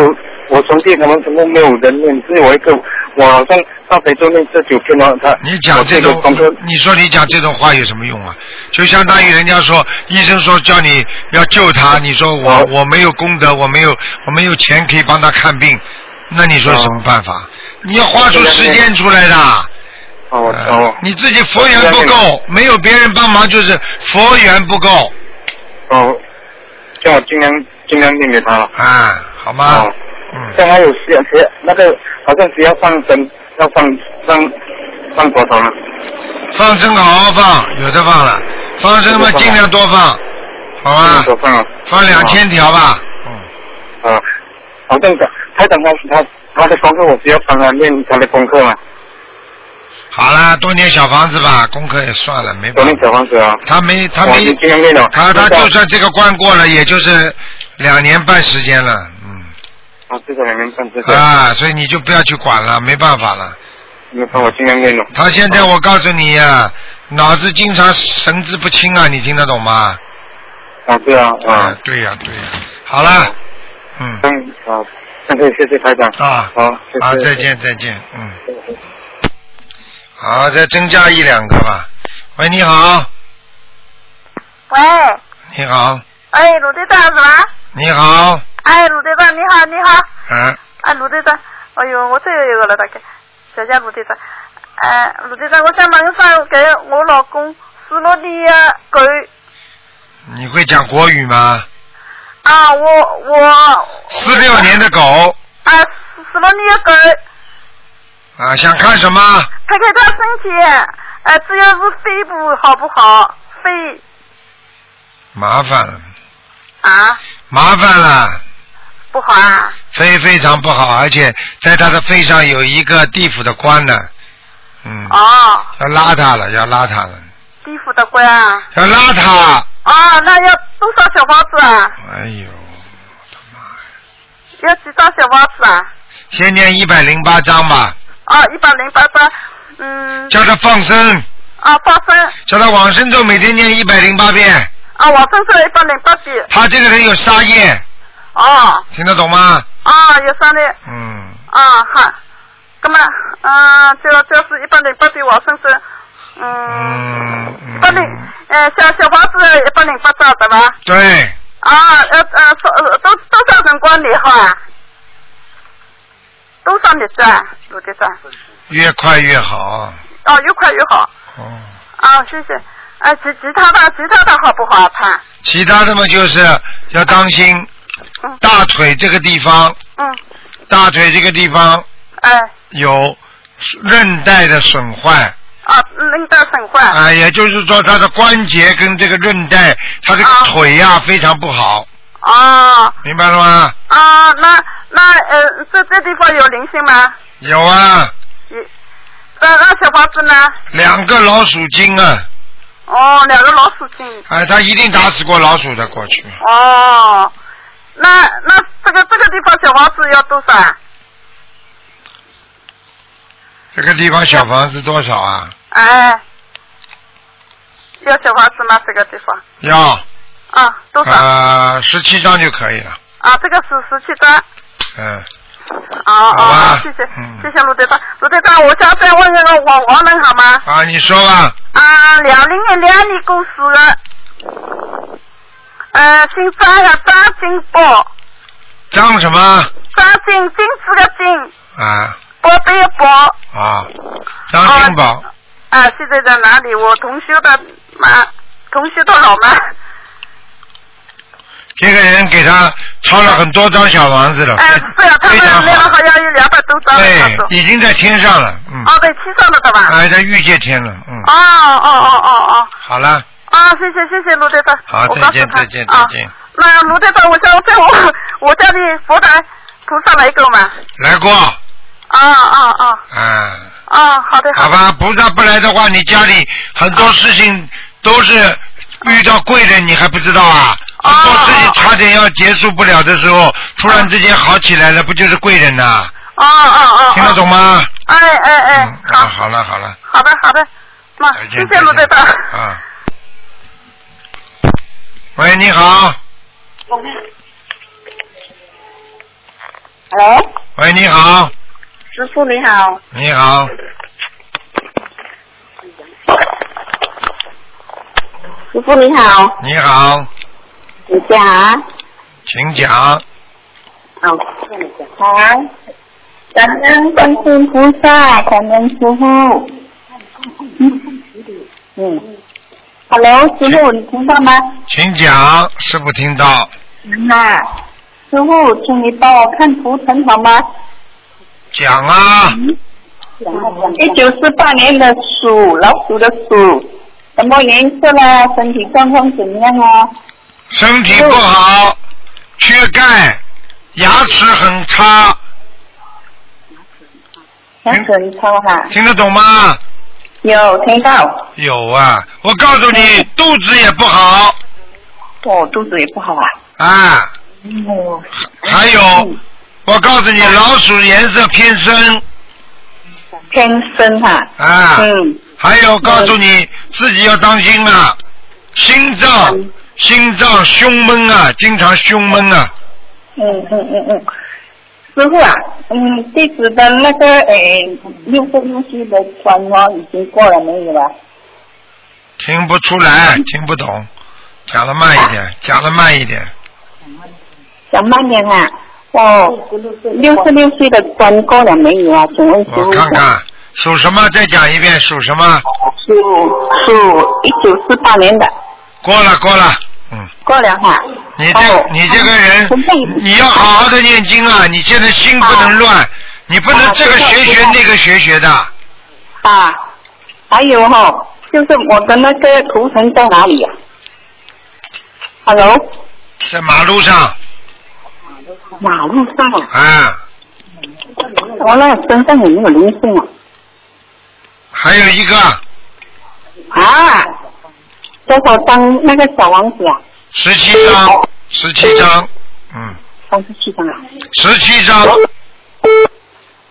S7: 我从弟可能总共没有人念，只有我一个，我好像上台就念这九篇了。他
S1: 你讲这种
S7: 我个功课，
S1: 你说你讲这种话有什么用啊？就相当于人家说，医生说叫你要救他，你说我、
S7: 哦
S1: 我没有功德，我没有我没有钱可以帮他看病，那你说有什么办法？你要花出时间出来的。呃
S7: 哦哦
S1: 你自己佛缘不够，没有别人帮忙就是佛缘不够
S7: 哦，叫我尽量尽量念给他了。
S1: 啊，好吗
S7: 哦？，
S1: 嗯，
S7: 像还有需要学那个，好像只要放生，要放放放多少呢？
S1: 放生好好放，有的放了，放生嘛
S7: 有的放了
S1: 尽量多放，好吧？
S7: 多放啊。
S1: 放两千条吧，嗯，
S7: 啊，好像他他等他他他的功课，我只要帮他念他的功课嘛，
S1: 好啦，多念小房子吧，功课也算了，没
S7: 我
S1: 办
S7: 念
S1: 法。
S7: 小房子啊。
S1: 他没他
S7: 我已
S1: 没
S7: 经尽量念了。
S1: 他他
S7: 那
S1: 就算这个关过了，也就是两年半时间了，嗯
S7: 啊，至少两年半，至少。
S1: 啊，所以你就不要去管了，没办法了。
S7: 嗯那帮我尽量念了。
S1: 他现在我告诉你呀、脑子经常神志不清啊，你听得懂吗？
S7: 啊，对啊，啊，，
S1: 哎对呀、对呀、好了，嗯，
S7: 嗯，好，那可以谢谢台长。
S1: 啊
S7: 好，谢谢
S1: 好，再见，再见，嗯，好，再增加一两个吧。喂，你好，
S5: 喂，
S1: 你好，
S5: 哎，鲁队长是吧？
S1: 你好，
S5: 哎，鲁队长你好，你好。
S1: 啊，
S5: 啊，鲁队长，哎哟，我真有一个了，大概，谢谢鲁队长。哎，鲁队长，我想问一下，搿我老公死落地的狗
S1: 你会讲国语吗？
S5: 啊，我我
S1: 四六年的狗
S5: 啊，死死落地的狗，
S1: 啊，想看什么？
S5: 看看他身体，呃，只要是肺部好不好？肺
S1: 麻烦了，
S5: 啊
S1: 麻烦了。
S5: 不好啊？
S1: 非非常不好，而且在他的肺上有一个地府的官呢，嗯，
S5: 哦，
S1: 要拉他了，要拉他了，
S5: 地府的官啊。
S1: 要拉他，
S5: 啊，那要多少小房子啊？
S1: 哎呦，
S5: 要几张小房子啊？
S1: 先念一百零八章吧，
S5: 啊，一百零八张。嗯，
S1: 叫他放生，
S5: 啊，放生
S1: 叫他往生咒每天念一百零八遍，
S5: 啊，往生咒一百零八遍。
S1: 他这个人有杀业，
S5: 哦，
S1: 听得懂吗？
S5: 啊，有三的，
S1: 嗯，
S5: 啊好，那么，嗯，就就是一百零八遍往生咒，嗯，
S1: 嗯
S5: 一百零
S1: 嗯，，
S5: 呃，小小房子一百零八张对吧？
S1: 对，
S5: 啊，呃呃，多呃多多少辰光你好啊？多少日子啊，卢队长？
S1: 越快越好，
S5: 哦，越快越好。
S1: 哦，
S5: 啊，谢谢。啊，其其他的其他的好不好啊，潘？
S1: 其他的嘛就是要当心
S5: 嗯
S1: 大腿这个地方，
S5: 嗯，
S1: 大腿这个地方
S5: 哎，
S1: 有韧带的损坏。
S5: 啊，领导神话。
S1: 啊、也就是说他的关节跟这个韧带，他的
S5: 啊
S1: 腿呀、非常不好，
S5: 哦
S1: 明白了吗？
S5: 啊，那那呃，这这地方有灵性吗？
S1: 有啊，
S5: 有。那那小房子呢？
S1: 两个老鼠精啊，
S5: 哦，两个老鼠精。
S1: 哎，他一定打死过老鼠的过去，
S5: 哦，那那这个这个地方小房子要多少？啊？
S1: 这个地方小房子多少啊？
S5: 哎，要小房子吗？这个地方
S1: 要
S5: 啊，多少？
S1: 呃十七张就可以了，
S5: 啊，这个是十七张。
S1: 嗯，
S5: 哦
S1: 好吧
S5: 哦，谢谢、
S1: 嗯
S5: 谢谢卢队长，卢队长，我想再问一个王王人好吗？
S1: 啊，你说吧，
S5: 啊，两零一两年过世的，呃，姓张的张金宝，
S1: 张什么
S5: 张金金子的金，
S1: 啊
S5: 宝贝的宝，
S1: 啊？张金宝，
S5: 啊，现在在哪里？我同学的妈，同学的老妈，
S1: 这个人给他抄了很多张小房子了，
S5: 哎、是呀、他
S1: 非
S5: 们
S1: 常
S5: 那个好
S1: 好，
S5: 像有两百多张，他说，
S1: 对，已经在天上了，嗯，
S5: 哦，对，七张了对吧？
S1: 哎，在御界天了，嗯，
S5: 哦哦哦哦哦，
S1: 好了。
S5: 啊，谢谢谢谢卢队长，
S1: 好
S5: 我告诉
S1: 再见
S5: 他
S1: 再见
S5: 啊
S1: 再见
S5: 那卢队长，我想在我我家里佛台菩萨来一个嘛？
S1: 来过，
S5: 啊啊啊
S1: 啊，
S5: 啊，好的
S1: 好
S5: 的。
S1: 吧，菩萨不来的话，你家里很多事
S5: 啊
S1: 情都是遇到贵人，你还不知道啊？
S5: 哦
S1: 很多事情差点要结束不了的时候，突然之间好起来了，不就是贵人呐、
S5: 哦哦哦，
S1: 听得懂吗？
S5: 哎哎
S1: 嗯
S5: 哎，，
S1: 啊，
S5: 好，
S1: 好了好了，
S5: 好的好的，那
S1: 再
S5: 谢
S1: 见，
S5: 谢卢
S1: 再
S5: 队
S1: 见
S5: 长。
S1: 啊。喂，你好，
S9: Hello，
S1: 喂，你好，
S9: 师傅你好。
S1: 你好，
S9: 师傅你好，
S1: 你好，
S9: 你讲啊，
S1: 请讲。
S9: 好，好，感恩观世音菩萨，感恩师傅。嗯，Hello，师傅你听到吗？
S1: 请讲，师傅听到。
S9: 那啊师傅，请你帮我看图腾好吗？
S1: 讲啊，
S9: 一九四八年的鼠，老鼠的鼠，什么颜色啦？身体状况怎么样啊？
S1: 身体不
S9: 嗯
S1: 好，缺钙，牙齿很差，
S9: 想准抽哈，
S1: 听得懂吗？
S9: 有听到？
S1: 有啊，我告诉你，肚子也不好
S9: 嗯哦，肚子也不好啊。
S1: 啊，
S9: 哦，
S1: 还有，我告诉你，老鼠颜色偏深
S9: 偏深哈、
S1: 啊。
S9: 嗯，
S1: 还有告诉你自己要当心啊，心
S9: 嗯
S1: 脏心脏胸闷啊，经常胸闷啊，
S9: 嗯嗯嗯嗯。师傅啊，嗯，弟子的那个诶六个星期的关哦，已经过了没有啊？
S1: 听不出来，
S9: 嗯
S1: 听不懂，讲的慢一点，讲的慢一点，
S9: 想慢点啊。哦，六十六岁的关过了没有啊？请问师
S1: 我
S9: 傅
S1: 看看属什么，再讲一遍属什么，
S9: 属属一九四八年的
S1: 过了过了。嗯
S9: 过了哈、哦
S1: 你这、你这个人，你要好好的念经啊！你现在心不能乱，你不能这个学学那个学学的。
S9: 啊，还有哈、就是我的那个图腾在哪里呀、啊、？Hello，
S1: 在马路上，
S9: 马路上啊，
S1: 啊，
S9: 我那身上有没有灵性啊？
S1: 还有一个
S9: 啊，多少张那个小王子啊？
S1: 十七张，
S9: 哦
S1: 十七张，
S9: 三十七张啊？
S1: 十七张，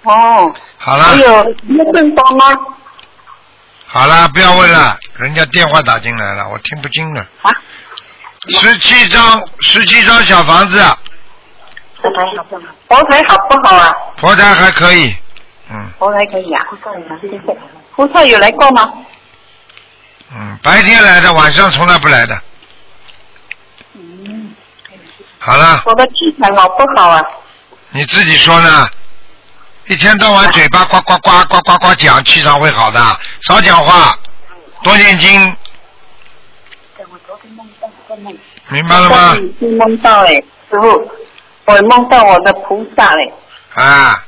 S9: 哦，
S1: 好了，
S9: 还有那更多吗？
S1: 好了，不要问了，人家电话打进来了，我听不清了。十七张，十七张小房子，啊
S9: 佛台好不好啊？
S1: 佛台还可以，
S9: 佛台可以啊。谢谢。菩萨有来过吗？
S1: 嗯，白天来的，晚上从来不来的。好了。
S9: 我的气场好不好啊？
S1: 你自己说呢？一天到晚嘴巴呱呱呱呱呱呱讲，气场会好的。少讲话，多念经，明白了吗？
S9: 我梦到哎，师傅，我梦到我的菩萨哎，
S1: 啊，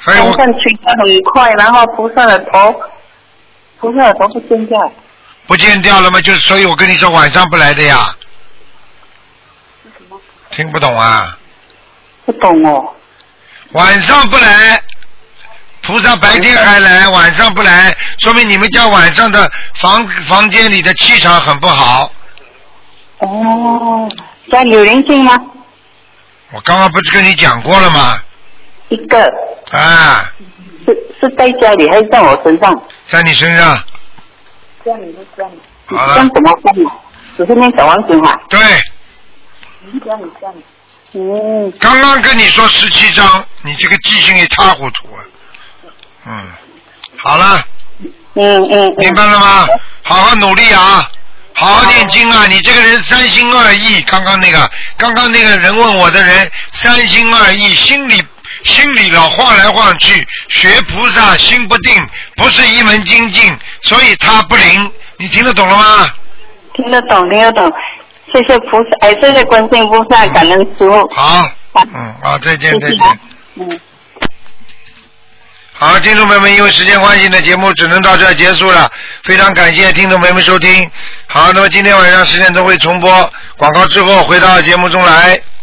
S1: 所以
S9: 风
S1: 我
S9: 扇吹得很快，然后菩萨的头，菩萨的头不见掉。
S1: 不见掉了吗？就是所以我跟你说晚上不来的呀。听不懂啊？
S9: 不懂哦。
S1: 晚上不来，菩萨白天还来，
S9: 嗯
S1: 晚上不来，说明你们家晚上的房房间里的气场很不好。
S9: 哦，家里有灵性吗？
S1: 我刚刚不是跟你讲过了吗？
S9: 一个
S1: 啊，
S9: 是在家里还是在我身上？
S1: 在你身上，
S9: 家里的家里。
S1: 好了
S9: 这样怎么办啊？只是念小王子嘛。
S1: 对，
S9: 家里家里。嗯，
S1: 刚刚跟你说十七章，你这个记性一塌糊涂啊。嗯，好了，
S9: 嗯嗯，
S1: 明白了吗？好好努力啊，好好念经啊！你这个人三心二意，刚刚那个，刚刚那个人问我的人三心二意，心里心里老晃来晃去，学菩萨心不定，不是一门精进，所以他不灵。你听得懂了吗？
S9: 听得懂听得懂，谢谢菩萨，哎，谢谢观世音菩萨，感恩师傅。
S1: 好，嗯，好，再见，再
S9: 谢谢
S1: 见
S9: 啊。嗯。
S1: 好，听众朋友们，因为时间关系呢，节目只能到这儿结束了。非常感谢听众朋友们收听。好，那么今天晚上十点钟会重播广告之后回到节目中来。